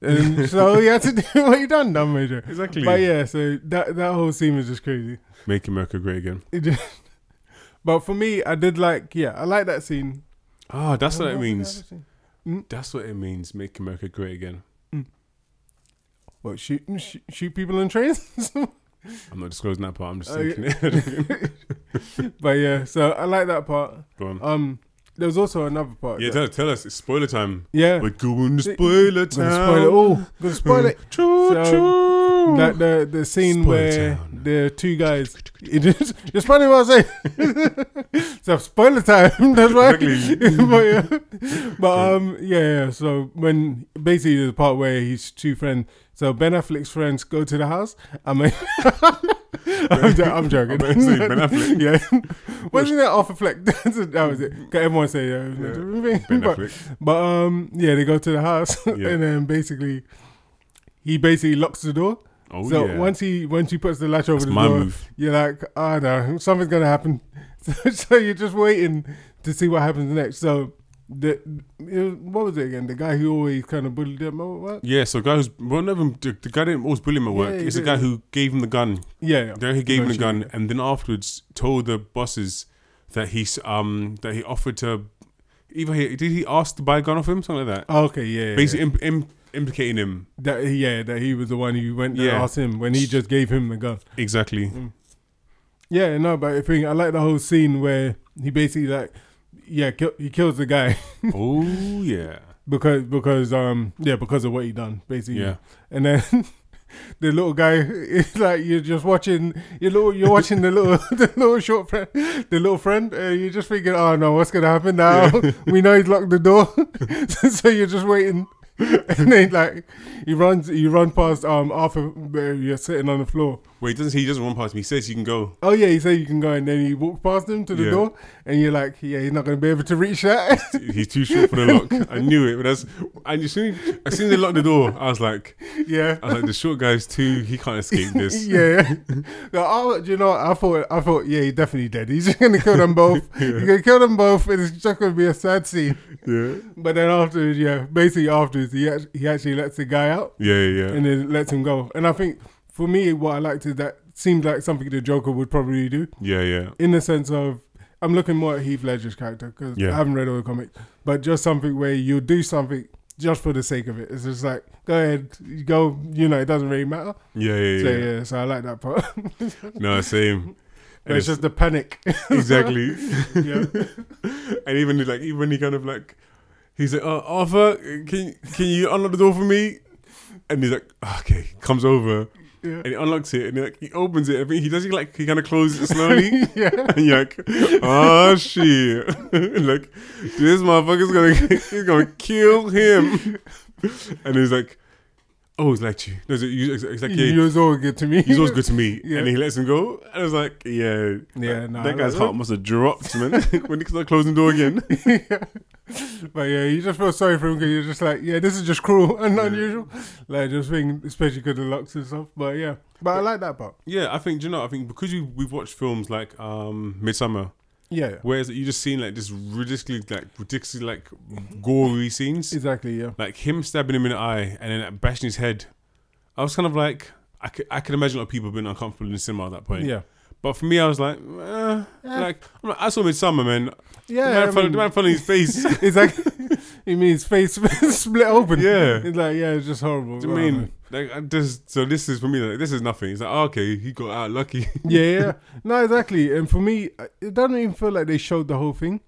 Speaker 9: exactly. And so he had to do what he done, done major.
Speaker 8: Exactly.
Speaker 9: But yeah, so that that whole scene was just crazy.
Speaker 8: Make America great again.
Speaker 9: It just, But for me, I did like, yeah, I like that scene.
Speaker 8: Ah, that's what it
Speaker 9: What
Speaker 8: means. Hmm?
Speaker 9: was
Speaker 8: That's what it means. Make America great again.
Speaker 9: What shoot shoot, shoot people on trains?
Speaker 8: I'm not disclosing that part. I'm just
Speaker 9: Oh, yeah.
Speaker 8: thinking it.
Speaker 9: but yeah, so I like that part.
Speaker 8: Go on.
Speaker 9: Um, there was also another part.
Speaker 8: yeah,
Speaker 9: that-
Speaker 8: tell, tell us. It's spoiler time.
Speaker 9: yeah.
Speaker 8: We're going to spoiler
Speaker 9: Gonna
Speaker 8: time.
Speaker 9: spoil it all. Gonna spoil it.
Speaker 8: Choo
Speaker 9: Hmm. So,
Speaker 8: choo.
Speaker 9: Like the the scene
Speaker 8: Spoiler
Speaker 9: where
Speaker 8: town.
Speaker 9: the two guys. It just, you're spoiling what I say. so spoiler time. That's right.
Speaker 8: Exactly.
Speaker 9: but, yeah. but um, yeah, yeah. So when basically there's a part where his two friends. So Ben Affleck's friends go to the house. I mean, I'm, jo- I'm joking.
Speaker 8: I bet it's Ben Affleck.
Speaker 9: yeah. Wasn't that Arthur Fleck? that was it. 'Cause Everyone say yeah.
Speaker 8: Ben
Speaker 9: But-
Speaker 8: Affleck.
Speaker 9: but um, yeah, they go to the house
Speaker 8: Yeah.
Speaker 9: and then basically he basically locks the door.
Speaker 8: Oh,
Speaker 9: so
Speaker 8: yeah.
Speaker 9: once he once he puts the latch over
Speaker 8: That's
Speaker 9: the
Speaker 8: my
Speaker 9: door,
Speaker 8: move.
Speaker 9: you're like, oh no, something's gonna happen. So, so you're just waiting to see what happens next. So the it- what was it again? The guy who always kind of bullied them. Or what?
Speaker 8: Yeah, so guy who's one of them, the, the guy didn't always bully him at work.
Speaker 9: Yeah, he
Speaker 8: it's the
Speaker 9: did.
Speaker 8: guy who gave him the gun.
Speaker 9: Yeah, yeah.
Speaker 8: The guy who gave him the
Speaker 9: Eventually.
Speaker 8: gun, and then afterwards told the bosses that he s- um that he offered to either he, did he ask to buy a gun off him something like that.
Speaker 9: Oh, okay, yeah, yeah,
Speaker 8: Basically,
Speaker 9: yeah.
Speaker 8: imp, imp, implicating him
Speaker 9: that yeah, that he was the one who went to
Speaker 8: Yeah.
Speaker 9: ask him when he just gave him the gun.
Speaker 8: exactly.
Speaker 9: Mm. Yeah, no, but I think I like the whole scene where he basically like, yeah, kill, he kills the guy.
Speaker 8: Oh yeah,
Speaker 9: because because um yeah because of what he done basically
Speaker 8: Yeah.
Speaker 9: and then the little guy is like you're just watching your little you're watching the little the little short friend the little friend uh, you're just thinking oh no what's gonna happen now we know he's locked the door so you're just waiting and then like he runs he run past um Arthur where you're sitting on the floor
Speaker 8: wait, doesn't he doesn't run past me? He says you can go.
Speaker 9: oh yeah he said you can go and then he walked past him to the
Speaker 8: Yeah.
Speaker 9: door and you're like yeah he's not gonna be able to reach that
Speaker 8: He's too short for the lock. I knew it, but that's and as soon as soon as they locked the door, I was like,
Speaker 9: yeah
Speaker 8: I was like, Uh, the short guy's too. He can't escape this.
Speaker 9: yeah. No, I, do you know, what? I thought, I thought, yeah, he's definitely dead. He's just gonna kill them both. He's gonna kill them both, and it's just gonna be a sad scene.
Speaker 8: yeah,
Speaker 9: But then afterwards, yeah, basically afterwards, he act- he actually lets the guy out
Speaker 8: yeah, yeah.
Speaker 9: and then lets him go. And I think for me, what I liked is that seemed like something the Joker would probably do
Speaker 8: yeah, yeah.
Speaker 9: in the sense of. I'm looking more at Heath Ledger's character because
Speaker 8: Yeah.
Speaker 9: I haven't read all the comics, but just something where you'll do something just for the sake of it. It's just like, go ahead, go, you know, it doesn't really matter.
Speaker 8: Yeah, yeah,
Speaker 9: So,
Speaker 8: yeah.
Speaker 9: yeah, so I like that part.
Speaker 8: No, same.
Speaker 9: But
Speaker 8: And
Speaker 9: it's
Speaker 8: it's
Speaker 9: just the panic.
Speaker 8: exactly.
Speaker 9: yeah.
Speaker 8: and even like, even when he kind of like, he's like, oh, Arthur, can can you unlock the door for me? And he's like, okay, comes over,
Speaker 9: Yeah.
Speaker 8: and he unlocks it, and he, like he opens it. I think he does. He like he kind of closes it slowly.
Speaker 9: yeah.
Speaker 8: And you're like, oh shit! like, this motherfucker's gonna, he's gonna kill him. And he's like, oh, he's like you. No, it's you- it's like yeah,
Speaker 9: He was all good to me.
Speaker 8: he's always good to me.
Speaker 9: Yeah.
Speaker 8: And he lets him go. And I was like, yeah.
Speaker 9: Yeah,
Speaker 8: that,
Speaker 9: nah,
Speaker 8: that guy's
Speaker 9: that-
Speaker 8: heart must have dropped, man. when he started closing the door again.
Speaker 9: But yeah, you just feel sorry for him because you're just like, yeah, this is just cruel and unusual. Like, just being, especially because of locks and stuff. But yeah. But I like that part.
Speaker 8: yeah, I think, do you know, I think because you, we've watched films like um, Midsummer,
Speaker 9: Yeah. yeah.
Speaker 8: whereas you just seen like this ridiculously, like, ridiculously, like, gory scenes.
Speaker 9: Exactly, yeah.
Speaker 8: Like him stabbing him in the eye and then like, bashing his head. I was kind of like, I c- I can imagine a lot of people being uncomfortable in the cinema at that point.
Speaker 9: Yeah.
Speaker 8: But for me, I was like, eh, like, I'm like, I saw Midsummer, man.
Speaker 9: Yeah,
Speaker 8: The man,
Speaker 9: I
Speaker 8: fell, the
Speaker 9: mean-
Speaker 8: man fell on his face.
Speaker 9: It's like, he means face split open.
Speaker 8: Yeah.
Speaker 9: It's like, yeah, it's just horrible.
Speaker 8: Do you mean like I just so this is for me like this is nothing. It's like oh, okay, he got out lucky.
Speaker 9: Yeah, yeah. No, exactly. And for me, it doesn't even feel like they showed the whole thing.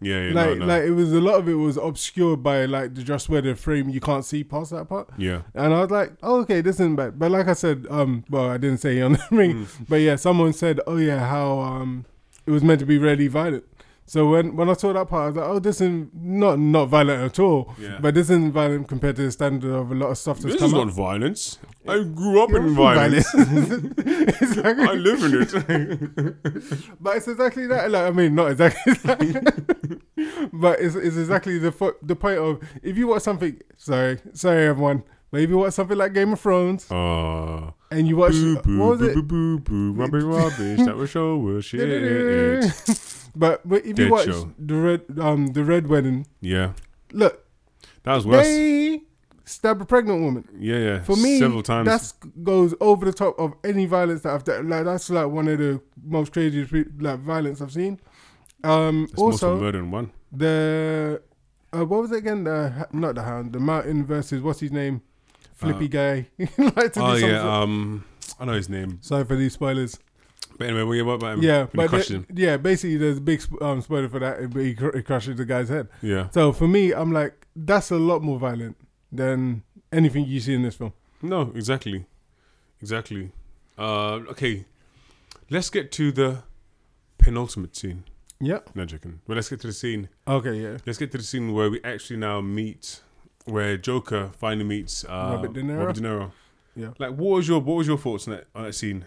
Speaker 8: yeah, yeah,
Speaker 9: like
Speaker 8: no, no.
Speaker 9: like it was a lot of it was obscured by like the just where the frame you can't see past that part.
Speaker 8: Yeah.
Speaker 9: And I was like, oh, okay, this isn't bad. But like I said, um, well, I didn't say on the
Speaker 8: Mm.
Speaker 9: ring, but yeah, someone said, oh yeah, how um, it was meant to be really violent. So when when I saw that part, I was like, oh, this is not not violent at all.
Speaker 8: Yeah.
Speaker 9: But this isn't violent compared to the standard of a lot of stuff that's
Speaker 8: this
Speaker 9: come
Speaker 8: is
Speaker 9: out.
Speaker 8: not violence. I grew up in violence.
Speaker 9: It's like-
Speaker 8: I live in it.
Speaker 9: But it's exactly that. Like I mean, not exactly. that. but it's, it's exactly the fo- the point of if you watch something. Sorry, sorry everyone. But if you watch something like Game of Thrones
Speaker 8: oh,
Speaker 9: and you watch
Speaker 8: boo, boo,
Speaker 9: what was
Speaker 8: boo,
Speaker 9: it?
Speaker 8: boo, boo, boo, rubbish, rubbish. That was show was shit.
Speaker 9: but but if
Speaker 8: Dead
Speaker 9: you watch
Speaker 8: show.
Speaker 9: the red um the red wedding,
Speaker 8: yeah,
Speaker 9: look
Speaker 8: that was worse.
Speaker 9: they stab a pregnant woman.
Speaker 8: yeah, yeah.
Speaker 9: For me,
Speaker 8: several times.
Speaker 9: that's goes over the top of any violence that I've done. Like that's like one of the most craziest re- like violence I've seen. Um,
Speaker 8: That's also,
Speaker 9: also,
Speaker 8: most murder in one.
Speaker 9: the uh, what was it again? The not the hound, the mountain versus what's his name, Flippy guy. like to do
Speaker 8: Uh, Oh
Speaker 9: some
Speaker 8: yeah,
Speaker 9: sort-
Speaker 8: um, I know his name.
Speaker 9: Sorry for these spoilers.
Speaker 8: But anyway, we what about Hmm, him?
Speaker 9: Yeah,
Speaker 8: Any
Speaker 9: but
Speaker 8: question.
Speaker 9: the- yeah, basically there's a big sp- um, spoiler for that. But he, cr- he crushes the guy's head.
Speaker 8: Yeah.
Speaker 9: So for me, I'm like, that's a lot more violent than anything you see in this film.
Speaker 8: No, exactly, exactly. Uh, okay, let's get to the penultimate scene.
Speaker 9: Yeah.
Speaker 8: No joking. Well, let's get to the scene.
Speaker 9: Okay. Yeah.
Speaker 8: Let's get to the scene where we actually now meet, where Joker finally meets uh,
Speaker 9: Robert De Niro?
Speaker 8: Robert De Niro.
Speaker 9: Yeah.
Speaker 8: Like, what was your what was your thoughts on that on that scene?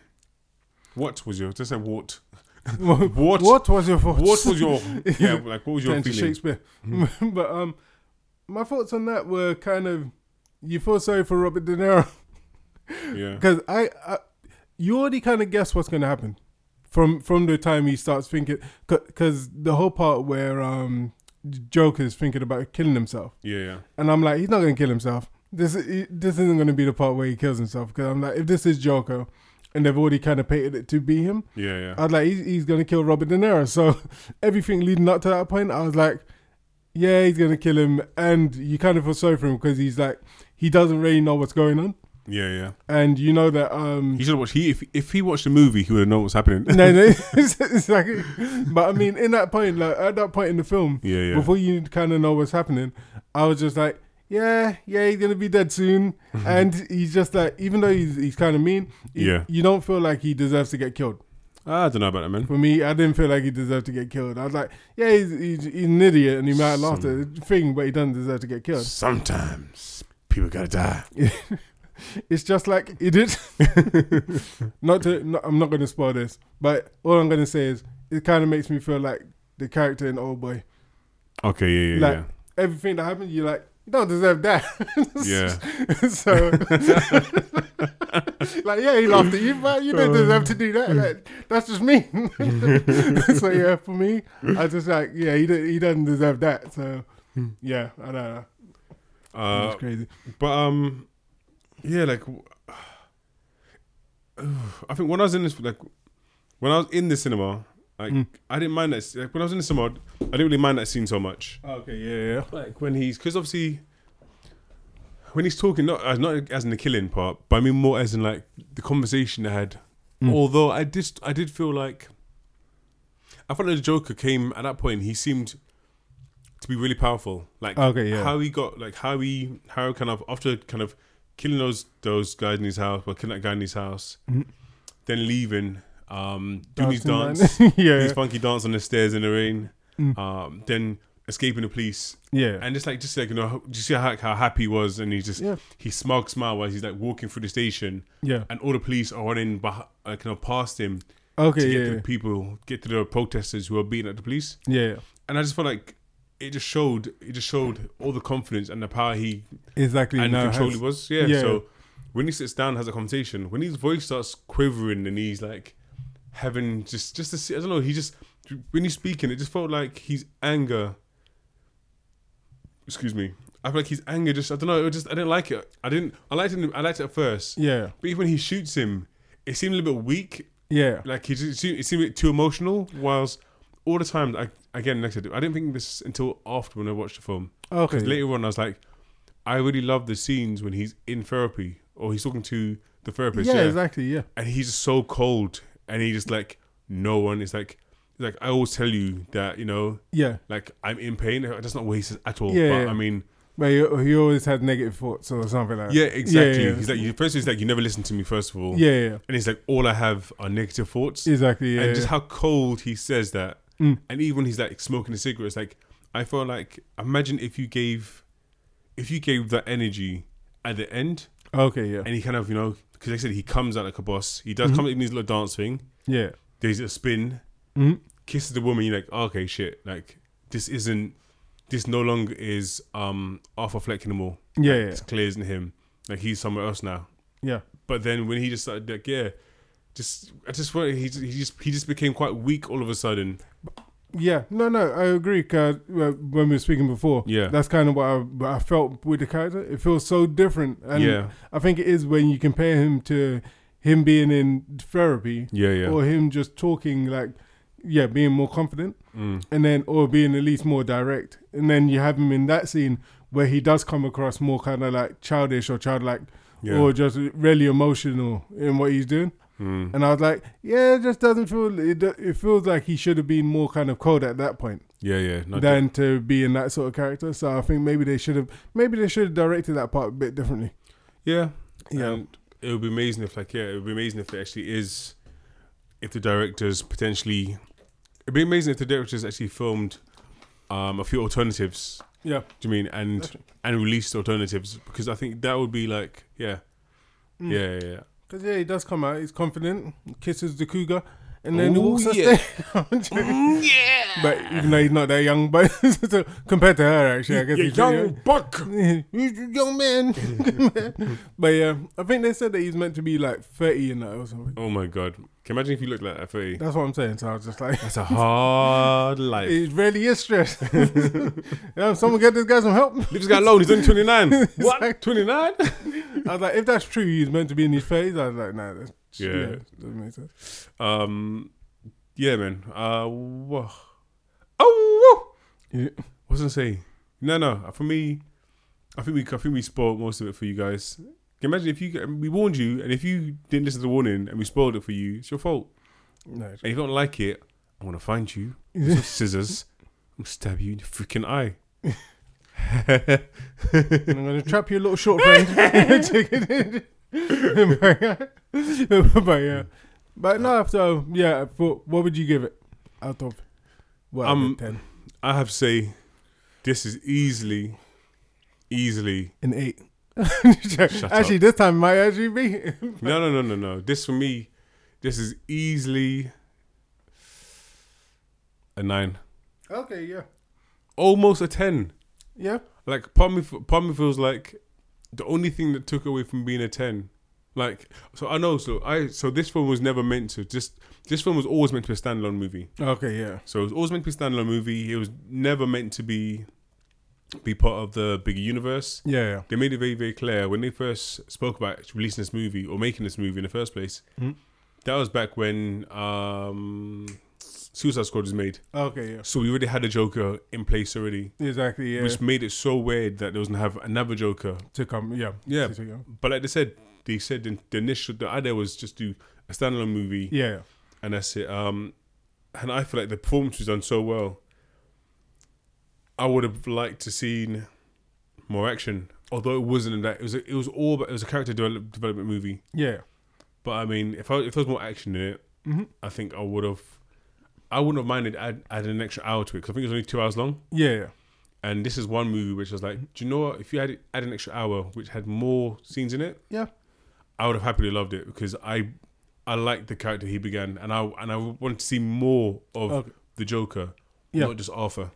Speaker 8: What was your? Just say what.
Speaker 9: what,
Speaker 8: What-
Speaker 9: was your thoughts?
Speaker 8: What was your yeah? Like, what was your
Speaker 9: Turn to
Speaker 8: feeling? Hmm.
Speaker 9: Shakespeare? but um, my thoughts on that were kind of you feel sorry for Robert De Niro
Speaker 8: Yeah.
Speaker 9: because I, I you already kind of guess what's going to happen from from the time he starts thinking because the whole part where um Joker's thinking about killing himself
Speaker 8: Yeah. Yeah.
Speaker 9: and I'm like he's not going to kill himself. This i- this isn't going to be the part where he kills himself because I'm like if this is Joker and they've already kind of painted it to be him.
Speaker 8: Yeah. yeah.
Speaker 9: I was like, he's, he's gonna kill Robert De Niro. So everything leading up to that point, I was like, yeah, he's gonna kill him, and you kind of feel sorry for him because he's like, he doesn't really know what's going on,
Speaker 8: Yeah, yeah.
Speaker 9: and you know that. um
Speaker 8: He should watch. He if, if he watched the movie, he would have known what's happening.
Speaker 9: no, no, it's, it's like, but I mean, in that point, like at that point in the film,
Speaker 8: Yeah, yeah.
Speaker 9: before you kind of know what's happening, I was just like, yeah, yeah, he's gonna be dead soon, and he's just like, even though he's he's kind of mean, you-
Speaker 8: Yeah.
Speaker 9: you don't feel like he deserves to get killed.
Speaker 8: I don't know about that, man.
Speaker 9: For me, I didn't feel like he deserved to get killed. I was like, yeah, he's, he's, he's an idiot and he might have lost the thing, but he doesn't deserve to get killed.
Speaker 8: Sometimes people gotta die.
Speaker 9: It's just like idiot. not to, no, I'm not going to spoil this, but all I'm going to say is it kind of makes me feel like the character in Old Boy.
Speaker 8: Okay, yeah, yeah,
Speaker 9: Like everything that happened, you're like, you don't deserve that.
Speaker 8: yeah.
Speaker 9: so, like, yeah, he laughed at you, but you don't deserve to do that. Like, that's just me. so yeah, for me, I just like, yeah, he do, he doesn't deserve that. So yeah, I don't know.
Speaker 8: Yeah.
Speaker 9: It's
Speaker 8: Uh,
Speaker 9: crazy.
Speaker 8: but um, yeah, like w- I think when I was in this, like when I was in the cinema, like
Speaker 9: Mm.
Speaker 8: I didn't mind that. s- Like when I was in the cinema, I didn't really mind that scene so much.
Speaker 9: Oh, Okay, yeah, yeah.
Speaker 8: like when he's because obviously when he's talking not as not as in the killing part but i mean more as in like the conversation they had
Speaker 9: Mm.
Speaker 8: although i just i did feel like i thought the joker came at that point he seemed to be really powerful like
Speaker 9: Okay, yeah.
Speaker 8: how he got like how he how kind of after kind of killing those those guys in his house well killing that guy in his house then leaving um doing his
Speaker 9: Dancing
Speaker 8: dance
Speaker 9: man. Yeah. Mm.
Speaker 8: his funky dance on the stairs in the rain um then escaping the police
Speaker 9: Yeah.
Speaker 8: and it's like just like you know, do you see how, how happy he was, and he just
Speaker 9: Yeah.
Speaker 8: he smug smile while he's like walking through the station.
Speaker 9: Yeah.
Speaker 8: and all the police are running, behind, uh, kind of past him.
Speaker 9: Okay,
Speaker 8: to get
Speaker 9: yeah,
Speaker 8: to
Speaker 9: yeah.
Speaker 8: the people, get to the protesters who are beating at the police,
Speaker 9: Yeah,
Speaker 8: and I just felt like it just showed it just showed all the confidence and the power he
Speaker 9: exactly.
Speaker 8: and
Speaker 9: no,
Speaker 8: control
Speaker 9: has-
Speaker 8: he was. Yeah.
Speaker 9: yeah.
Speaker 8: So when he sits down, and has a conversation. When his voice starts quivering and he's like having just just to see, I don't know. He just when he's speaking, it just felt like his anger. Excuse me. I feel like his anger just I don't know. It was just I didn't like it. I didn't. I liked it. I liked it at first.
Speaker 9: Yeah.
Speaker 8: But even when he shoots him, it seemed a little bit weak.
Speaker 9: Yeah,
Speaker 8: Like he just it seemed, it seemed a bit too emotional. Whilst all the time, I again, like I said, I didn't think this until after when I watched the film.
Speaker 9: Okay.
Speaker 8: Because later on, I was like, I really love the scenes when he's in therapy or he's talking to the therapist.
Speaker 9: yeah, exactly. Yeah,
Speaker 8: And he's just so cold, and he just like no one is like like I always tell you that you know
Speaker 9: yeah.
Speaker 8: like I'm in pain. That's not what he says at all.
Speaker 9: Yeah,
Speaker 8: but
Speaker 9: yeah.
Speaker 8: I mean.
Speaker 9: But he, he always had negative thoughts or something like that.
Speaker 8: Yeah, exactly.
Speaker 9: Yeah,
Speaker 8: He's
Speaker 9: yeah.
Speaker 8: like, you- first he's like, you never listen to me. First of all,
Speaker 9: Yeah, yeah.
Speaker 8: And he's like, all I have are negative thoughts.
Speaker 9: Exactly, yeah,
Speaker 8: and just
Speaker 9: yeah.
Speaker 8: how
Speaker 9: Mm.
Speaker 8: cold he says that. And even when he's like smoking a cigarette, it's like I feel like imagine if you gave, if you gave that energy at the end,
Speaker 9: Okay, yeah,
Speaker 8: and he kind of you know because like I said he comes out like a boss. He does
Speaker 9: Mm-hmm.
Speaker 8: come in his little dance thing.
Speaker 9: yeah,
Speaker 8: There's a spin,
Speaker 9: Mm-hmm.
Speaker 8: kisses the woman. You're like, oh, okay, shit. Like this isn't. This no longer is um Arthur Fleck anymore.
Speaker 9: Yeah,
Speaker 8: Like,
Speaker 9: yeah.
Speaker 8: it's clear isn't him. Like he's somewhere else now.
Speaker 9: yeah.
Speaker 8: But then when he just started like yeah, just I just felt he he just he just became quite weak all of a sudden.
Speaker 9: Yeah, no, no, I agree. 'cause, uh, when we were speaking before,
Speaker 8: Yeah.
Speaker 9: that's kind of what I, what I felt with the character. It feels so different, and
Speaker 8: Yeah.
Speaker 9: I think it is when you compare him to him being in therapy,
Speaker 8: Yeah, yeah.
Speaker 9: or him just talking like yeah, being more confident,
Speaker 8: Mm.
Speaker 9: and then or being at least more direct, and then you have him in that scene where he does come across more kind of like childish or childlike,
Speaker 8: Yeah.
Speaker 9: or just really emotional in what he's doing.
Speaker 8: Mm.
Speaker 9: And I was like, yeah, it just doesn't feel. It, do- it feels like he should have been more kind of cold at that point
Speaker 8: Yeah, yeah. Not
Speaker 9: than to be in that sort of character. So I think maybe they should have maybe they should have directed that part a bit differently.
Speaker 8: Yeah. Yeah. And it would be amazing if, like, yeah, it would be amazing if it actually is, if the directors potentially, it'd be amazing if the directors actually filmed um, a few alternatives.
Speaker 9: Yeah.
Speaker 8: Do you mean and and released alternatives? Because I think that would be like, yeah, yeah, yeah, yeah.
Speaker 9: Because yeah, he does come out. He's confident, kisses the cougar, and then he
Speaker 8: Ooh,
Speaker 9: walks
Speaker 8: yeah.
Speaker 9: yeah. yeah. But even though he's not that young, but so compared to her, actually, I guess he's pretty
Speaker 8: buck.
Speaker 9: He's a young man. but yeah, I think they said that he's meant to be like thirty and that or something.
Speaker 8: Oh my god! Can you imagine if you looked like that for you?
Speaker 9: That's what I'm saying. So I was just like,
Speaker 8: That's a hard life. Leave
Speaker 9: it really is stress. yeah, someone get this guy some help.
Speaker 8: this guy alone. He's only twenty nine.
Speaker 9: like-
Speaker 8: what? Twenty nine?
Speaker 9: I was like, if that's true, he's meant to be in his phase. I was like, nah, that's,
Speaker 8: Yeah.
Speaker 9: yeah, doesn't make sense.
Speaker 8: Um, yeah, man. Uh, whoa. oh, whoa.
Speaker 9: Yeah.
Speaker 8: What's gonna say? No, no. Uh, For me, I think we, I think we spoiled most of it for you guys. Can you imagine if you, we warned you, and if you didn't listen to the warning and we spoiled it for you, it's your fault.
Speaker 9: No, it's-
Speaker 8: And if you don't like it, I'm gonna find you with some scissors. I'm gonna stab you in the freaking eye.
Speaker 9: And I'm going to trap your little short friend. Take it in. but, but yeah, but no. So yeah, but what would you give it out of? Well,
Speaker 8: Um,
Speaker 9: ten,
Speaker 8: I have to say, this is easily, easily.
Speaker 9: an eight.
Speaker 8: up.
Speaker 9: actually, this time might actually be.
Speaker 8: No, no, no, no, no. This for me, this is easily a nine,
Speaker 9: okay, yeah,
Speaker 8: almost a ten.
Speaker 9: yeah.
Speaker 8: Like part of me, part of me feels like the only thing that took away from being a ten. Like so, I know. So I so this film was never meant to just. This film was always meant to be a standalone movie.
Speaker 9: Okay, yeah.
Speaker 8: So it was always meant to be a standalone movie. It was never meant to be be part of the bigger universe.
Speaker 9: Yeah, yeah.
Speaker 8: They made it very, very clear when they first spoke about releasing this movie or making this movie in the first place. That was back when um, Suicide Squad was made.
Speaker 9: Okay, yeah.
Speaker 8: So we already had a Joker in place already,
Speaker 9: Exactly, yeah.
Speaker 8: which made it so weird that they wasn't have another Joker.
Speaker 9: to come, yeah,
Speaker 8: Yeah,
Speaker 9: to- to go.
Speaker 8: but like they said, they said the, the initial the idea was just do a standalone movie
Speaker 9: yeah, yeah.
Speaker 8: and that's it. Um, and I feel like the performance was done so well. I would have liked to seen more action, although it wasn't in that. It was it was all about, it was a character develop, development movie.
Speaker 9: yeah.
Speaker 8: But I mean, if I, if there was more action in it, I think I would have. I wouldn't have minded add, adding an extra hour to it because I think it was only two hours long.
Speaker 9: Yeah, yeah.
Speaker 8: And this is one movie which was like, do you know what? If you had add an extra hour which had more scenes in it,
Speaker 9: Yeah.
Speaker 8: I would have happily loved it because I I liked the character he began and I and I wanted to see more of
Speaker 9: Okay.
Speaker 8: the Joker,
Speaker 9: Yeah.
Speaker 8: not just Arthur.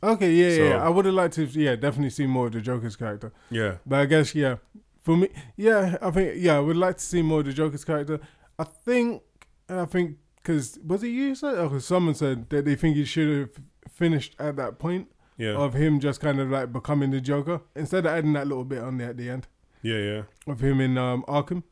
Speaker 9: Okay, yeah, yeah,
Speaker 8: So-
Speaker 9: yeah. I would have liked to, yeah, definitely see more of the Joker's character.
Speaker 8: Yeah,
Speaker 9: But I guess yeah, for me, yeah, I think yeah, I would like to see more of the Joker's character. I think, and I think because was it you said? Oh, 'cause someone said that they think he should have finished at that point
Speaker 8: yeah,
Speaker 9: of him just kind of like becoming the Joker instead of adding that little bit on there at the end
Speaker 8: yeah, yeah,
Speaker 9: of him in um, Arkham.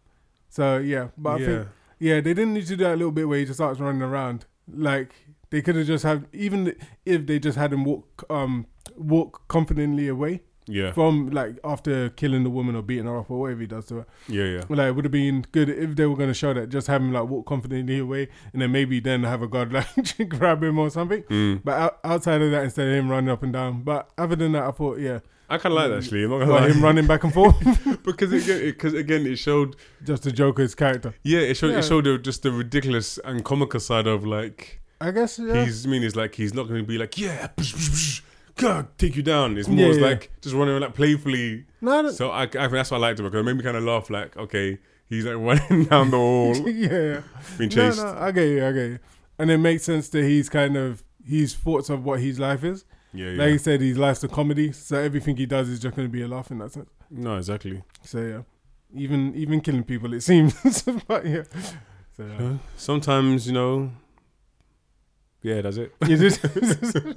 Speaker 9: So yeah, but I
Speaker 8: Yeah.
Speaker 9: think yeah, they didn't need to do that little bit where he just starts running around. Like they could have just have even if they just had him walk um walk confidently away
Speaker 8: yeah,
Speaker 9: from like after killing the woman or beating her up or whatever he does to her.
Speaker 8: yeah, yeah.
Speaker 9: Like it would have been good if they were gonna show that just have him like walk confidently away and then maybe then have a god like grab him or something.
Speaker 8: Mm.
Speaker 9: But out- outside of that, instead of him running up and down. But other than that, I thought yeah,
Speaker 8: I kind of like that actually. I'm not gonna
Speaker 9: like him
Speaker 8: lie.
Speaker 9: running back and forth,
Speaker 8: because again, because again, it showed
Speaker 9: just the Joker's character.
Speaker 8: yeah, it showed
Speaker 9: Yeah.
Speaker 8: it showed the, just the ridiculous and comical side of like
Speaker 9: I guess yeah.
Speaker 8: he's I mean it's like he's not going to be like yeah, psh, psh, psh, God, take you down. It's more
Speaker 9: Yeah,
Speaker 8: it's
Speaker 9: yeah.
Speaker 8: like just running around like playfully.
Speaker 9: No, I don't-
Speaker 8: So I, I think that's what I liked about it because it made me kind of laugh. Like okay, he's like running down the wall.
Speaker 9: yeah,
Speaker 8: Being
Speaker 9: yeah.
Speaker 8: chased.
Speaker 9: No, no, I get you, I get you. And it makes sense that he's kind of his thoughts of what his life is.
Speaker 8: Yeah,
Speaker 9: Like
Speaker 8: yeah.
Speaker 9: he said, his life's a comedy, so everything he does is just going to be a laugh in that sense.
Speaker 8: No, exactly.
Speaker 9: So yeah, even even killing people, it seems. but yeah, so, uh, yeah.
Speaker 8: Sometimes, you know. Yeah, that's it.
Speaker 9: You just-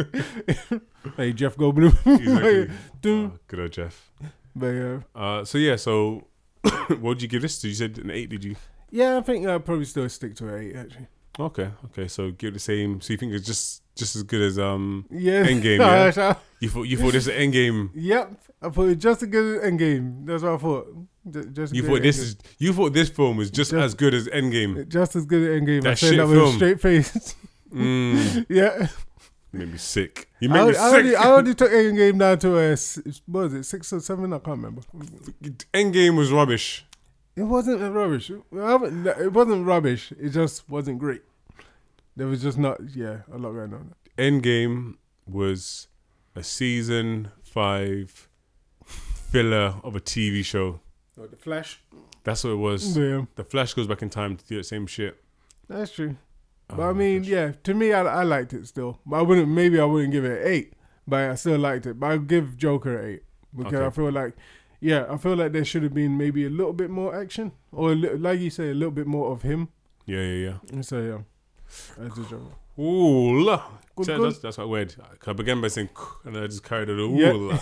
Speaker 9: hey Jeff Goldblum.
Speaker 8: Exactly.
Speaker 9: but, yeah,
Speaker 8: Ah, good old Jeff.
Speaker 9: but yeah,
Speaker 8: Uh, so yeah, so what would you give this? Did you said an eight? Did you?
Speaker 9: yeah, I think I'd probably still stick to an eight actually.
Speaker 8: Okay, okay. So give it the same. So you think it's just just as good as um
Speaker 9: Yeah.
Speaker 8: Endgame?
Speaker 9: No,
Speaker 8: yeah.
Speaker 9: that's how-
Speaker 8: You thought you thought this is Endgame.
Speaker 9: Yep, I thought it just as good as Endgame. That's what I thought. Ju- Just as
Speaker 8: You
Speaker 9: good
Speaker 8: thought
Speaker 9: as
Speaker 8: this
Speaker 9: Endgame.
Speaker 8: is you thought this film was just as good as Endgame.
Speaker 9: just as good as Endgame. I
Speaker 8: That
Speaker 9: said
Speaker 8: shit
Speaker 9: that with
Speaker 8: film.
Speaker 9: a straight face. yeah,
Speaker 8: Mm, Made me sick. You
Speaker 9: I,
Speaker 8: made me
Speaker 9: already- I already,
Speaker 8: sick.
Speaker 9: I already took Endgame down to a s- what was it six or seven? I can't remember.
Speaker 8: Endgame was rubbish.
Speaker 9: It wasn't rubbish. It wasn't it wasn't rubbish. It just wasn't great. There was just not yeah a lot going on.
Speaker 8: Endgame was a season five filler of a TV show.
Speaker 9: the Flash.
Speaker 8: That's what it was.
Speaker 9: Yeah,
Speaker 8: The Flash goes back in time to do the same shit.
Speaker 9: that's true. But I mean, yeah, to me, I, I liked it still. But I wouldn't. Maybe I wouldn't give it an eight, but I still liked it. But I would give Joker an eight because
Speaker 8: Okay.
Speaker 9: I feel like, yeah, I feel like there should have been maybe a little bit more action, or a li- like you say, a little bit more of him.
Speaker 8: Yeah, yeah,
Speaker 9: And so yeah, that's the Joker.
Speaker 8: yeah. Ooh, la.
Speaker 9: Good,
Speaker 8: So
Speaker 9: good.
Speaker 8: That's, that's quite weird. I began by saying, and I just carried it. Ooh,
Speaker 9: Yeah.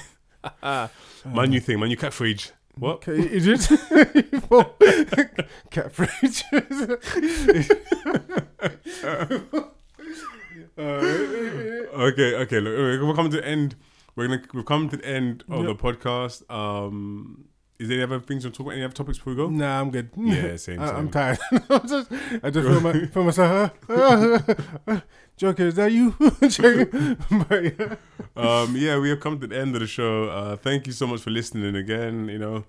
Speaker 8: la. my new thing, my new catchphrase. What?
Speaker 9: Okay, is it? Cat fridge.
Speaker 8: Okay, okay. Look, we're we're coming to the end. We're gonna we've come to the end of the podcast. Um, is there any other things to talk about? Any other topics before we go?
Speaker 9: Nah, I'm good.
Speaker 8: Yeah, same,
Speaker 9: I,
Speaker 8: same.
Speaker 9: I'm tired. I'm just, I just feel, my, feel myself. Uh, uh, Joker, is that you? Joker. but, yeah.
Speaker 8: um, yeah, we have come to the end of the show. Uh, thank you so much for listening again. You know,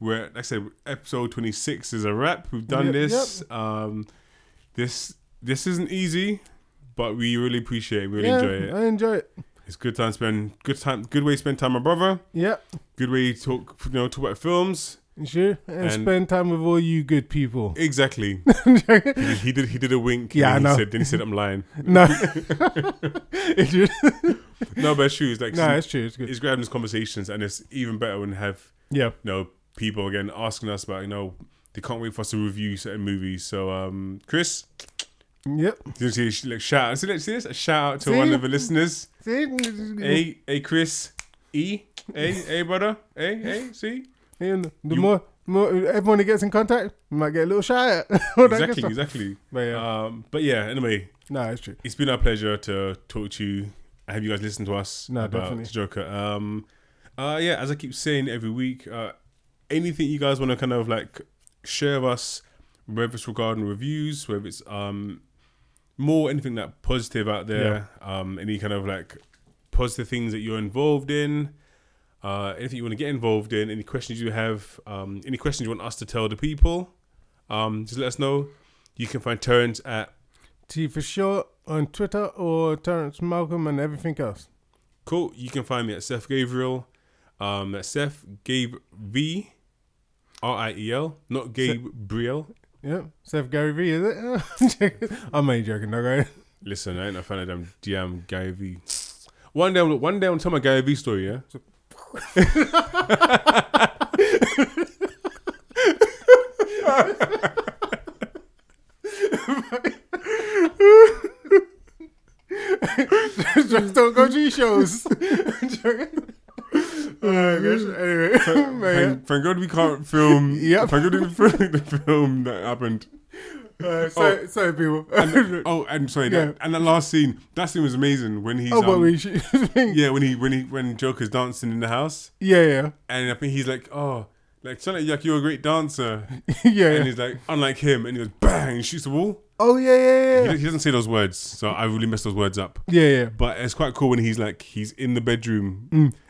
Speaker 8: we're like I said, episode twenty six is a wrap. We've done
Speaker 9: Yep,
Speaker 8: this. Um, this this isn't easy, but we really appreciate it. We really
Speaker 9: Yeah,
Speaker 8: enjoy it.
Speaker 9: I enjoy it.
Speaker 8: It's good time spend. Good time. Good way to spend time, with my brother.
Speaker 9: Yep.
Speaker 8: Good way to talk. You know, talk about films.
Speaker 9: Sure. And,
Speaker 8: And-
Speaker 9: spend time with all you good people.
Speaker 8: Exactly. he, he did. He did a wink.
Speaker 9: Yeah,
Speaker 8: and
Speaker 9: I
Speaker 8: he
Speaker 9: know.
Speaker 8: Said, then he said, "I'm lying."
Speaker 9: no. It's just-
Speaker 8: No, but shoes. Like,
Speaker 9: no, it's true. It's good.
Speaker 8: it's grabbing these conversations, and it's even better when you have
Speaker 9: yeah.
Speaker 8: you know, people again asking us about, you know, they can't wait for us to review certain movies. So, um, Chris,
Speaker 9: Yep.
Speaker 8: you see, sh- like, shout out. See, this- see this? A shout out to
Speaker 9: See?
Speaker 8: one of the listeners.
Speaker 9: See?
Speaker 8: Hey, hey, Chris. E. Hey, hey, brother. Hey, hey, see?
Speaker 9: And the
Speaker 8: You-
Speaker 9: more, more everyone that gets in contact might get a little shy at. all that good
Speaker 8: Exactly,
Speaker 9: stuff.
Speaker 8: exactly.
Speaker 9: But yeah.
Speaker 8: Um, but yeah, anyway,
Speaker 9: Nah, it's true.
Speaker 8: it's been our pleasure to talk to you. Have you guys listened to us?
Speaker 9: No,
Speaker 8: about
Speaker 9: definitely.
Speaker 8: The Joker. Um, uh, yeah, as I keep saying every week, uh, anything you guys want to kind of like share with us, whether it's regarding reviews, whether it's um more anything that positive out there, um, any kind of like positive things that you're involved in, uh, anything you want to get involved in, any questions you have, um, any questions you want us to tell the people, um, just let us know. You can find Terrence at
Speaker 9: T for sure on Twitter or Terrence Malcolm and everything else.
Speaker 8: Cool. You can find me at Seth Gabriel. Um, that's Seth Gabe V R I E L, not Gabriel.
Speaker 9: Yep. Seth Gary V, is it? I'm only joking, no guy.
Speaker 8: Listen, I ain't a fan of them damn Gary V. One day, I'm- one day I'm telling my Gary V story. Yeah.
Speaker 9: Just don't go to your shows. Joking. oh gosh. Anyway. man.
Speaker 8: Thank, thank God we can't film.
Speaker 9: Yep.
Speaker 8: Thank God we didn't film the film that happened.
Speaker 9: Uh, sorry, sorry people.
Speaker 8: Oh, and sorry. That,
Speaker 9: Yeah.
Speaker 8: and the last scene. That scene was amazing when he's.
Speaker 9: oh but
Speaker 8: um,
Speaker 9: we should
Speaker 8: yeah, when he when he when Joker's dancing in the house,
Speaker 9: Yeah, yeah.
Speaker 8: and I think he's like, oh, like, sound like you're a great dancer.
Speaker 9: Yeah.
Speaker 8: and
Speaker 9: yeah.
Speaker 8: he's like, unlike him, and he goes bang and shoots the wall.
Speaker 9: Oh yeah, yeah,
Speaker 8: He
Speaker 9: yeah.
Speaker 8: he doesn't say those words, so I really messed those words up.
Speaker 9: Yeah, yeah.
Speaker 8: But it's quite cool when he's like, he's in the bedroom,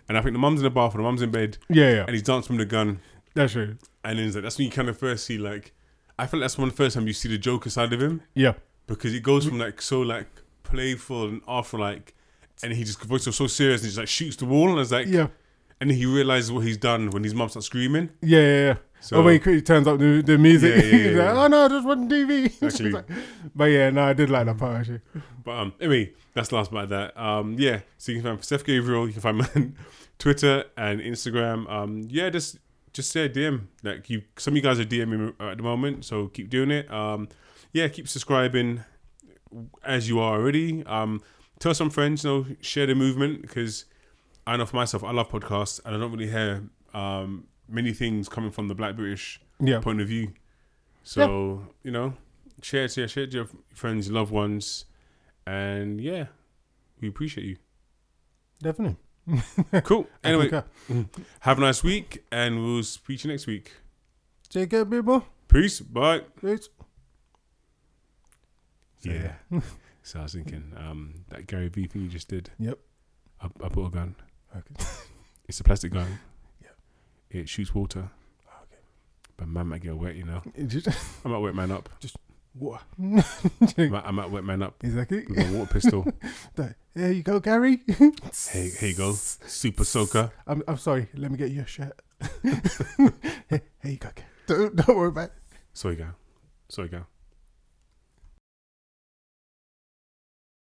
Speaker 8: and I think the mum's in the bathroom, the mum's in bed,
Speaker 9: Mm. Yeah,
Speaker 8: and
Speaker 9: yeah.
Speaker 8: he's dancing with the gun,
Speaker 9: That's true.
Speaker 8: and then he's like, that's when you kind of first see like, I feel like that's one of the first time you see the Joker side of him
Speaker 9: Yeah.
Speaker 8: because he goes
Speaker 9: Mm.
Speaker 8: from like so like playful and after like, and he just voice was so serious and he just like shoots the wall and it's like,
Speaker 9: Yeah.
Speaker 8: and then he realizes what he's done when his mum starts screaming.
Speaker 9: Yeah, yeah, yeah.
Speaker 8: So-
Speaker 9: oh, when he quickly turns up the, the music.
Speaker 8: Yeah, yeah, yeah,
Speaker 9: He's like,
Speaker 8: yeah.
Speaker 9: oh no, I just watching TV.
Speaker 8: Exactly.
Speaker 9: Like- but yeah, no, I did like that part actually.
Speaker 8: But um, anyway, that's the last part of that. Um, yeah, so you can find Seth Gabriel, you can find me on Twitter and Instagram. Um, yeah, just just say a DM. Like you, some of you guys are DMing me at the moment, so keep doing it. Um, yeah, keep subscribing as you are already. Um, tell some friends, you know, share the movement because I know for myself, I love podcasts and I don't really hear um many things coming from the Black British
Speaker 9: Yeah.
Speaker 8: point of view. So you know, share it, yeah, share it to your friends, loved ones, and yeah, we appreciate you.
Speaker 9: Definitely.
Speaker 8: Cool. Anyway,
Speaker 9: concur.
Speaker 8: have a nice week, and we'll speak to you next week.
Speaker 9: Take care, people.
Speaker 8: Peace. Bye.
Speaker 9: Peace.
Speaker 8: Yeah. so I was thinking, um, that Gary Vee thing you just did.
Speaker 9: Yep.
Speaker 8: I, I bought a gun.
Speaker 9: Okay.
Speaker 8: It's a plastic gun. yeah. It shoots water. Okay. But man might get wet, you know.
Speaker 9: Just,
Speaker 8: I might wet man up.
Speaker 9: what?
Speaker 8: I might, I might wet man up
Speaker 9: Exactly.
Speaker 8: with my water pistol.
Speaker 9: There you go, Gary.
Speaker 8: hey, here you go. Super soaker.
Speaker 9: I'm, I'm sorry. Let me get you a shirt. hey, here you go. Gary. Don't, don't worry about it.
Speaker 8: Soy go. Soy go.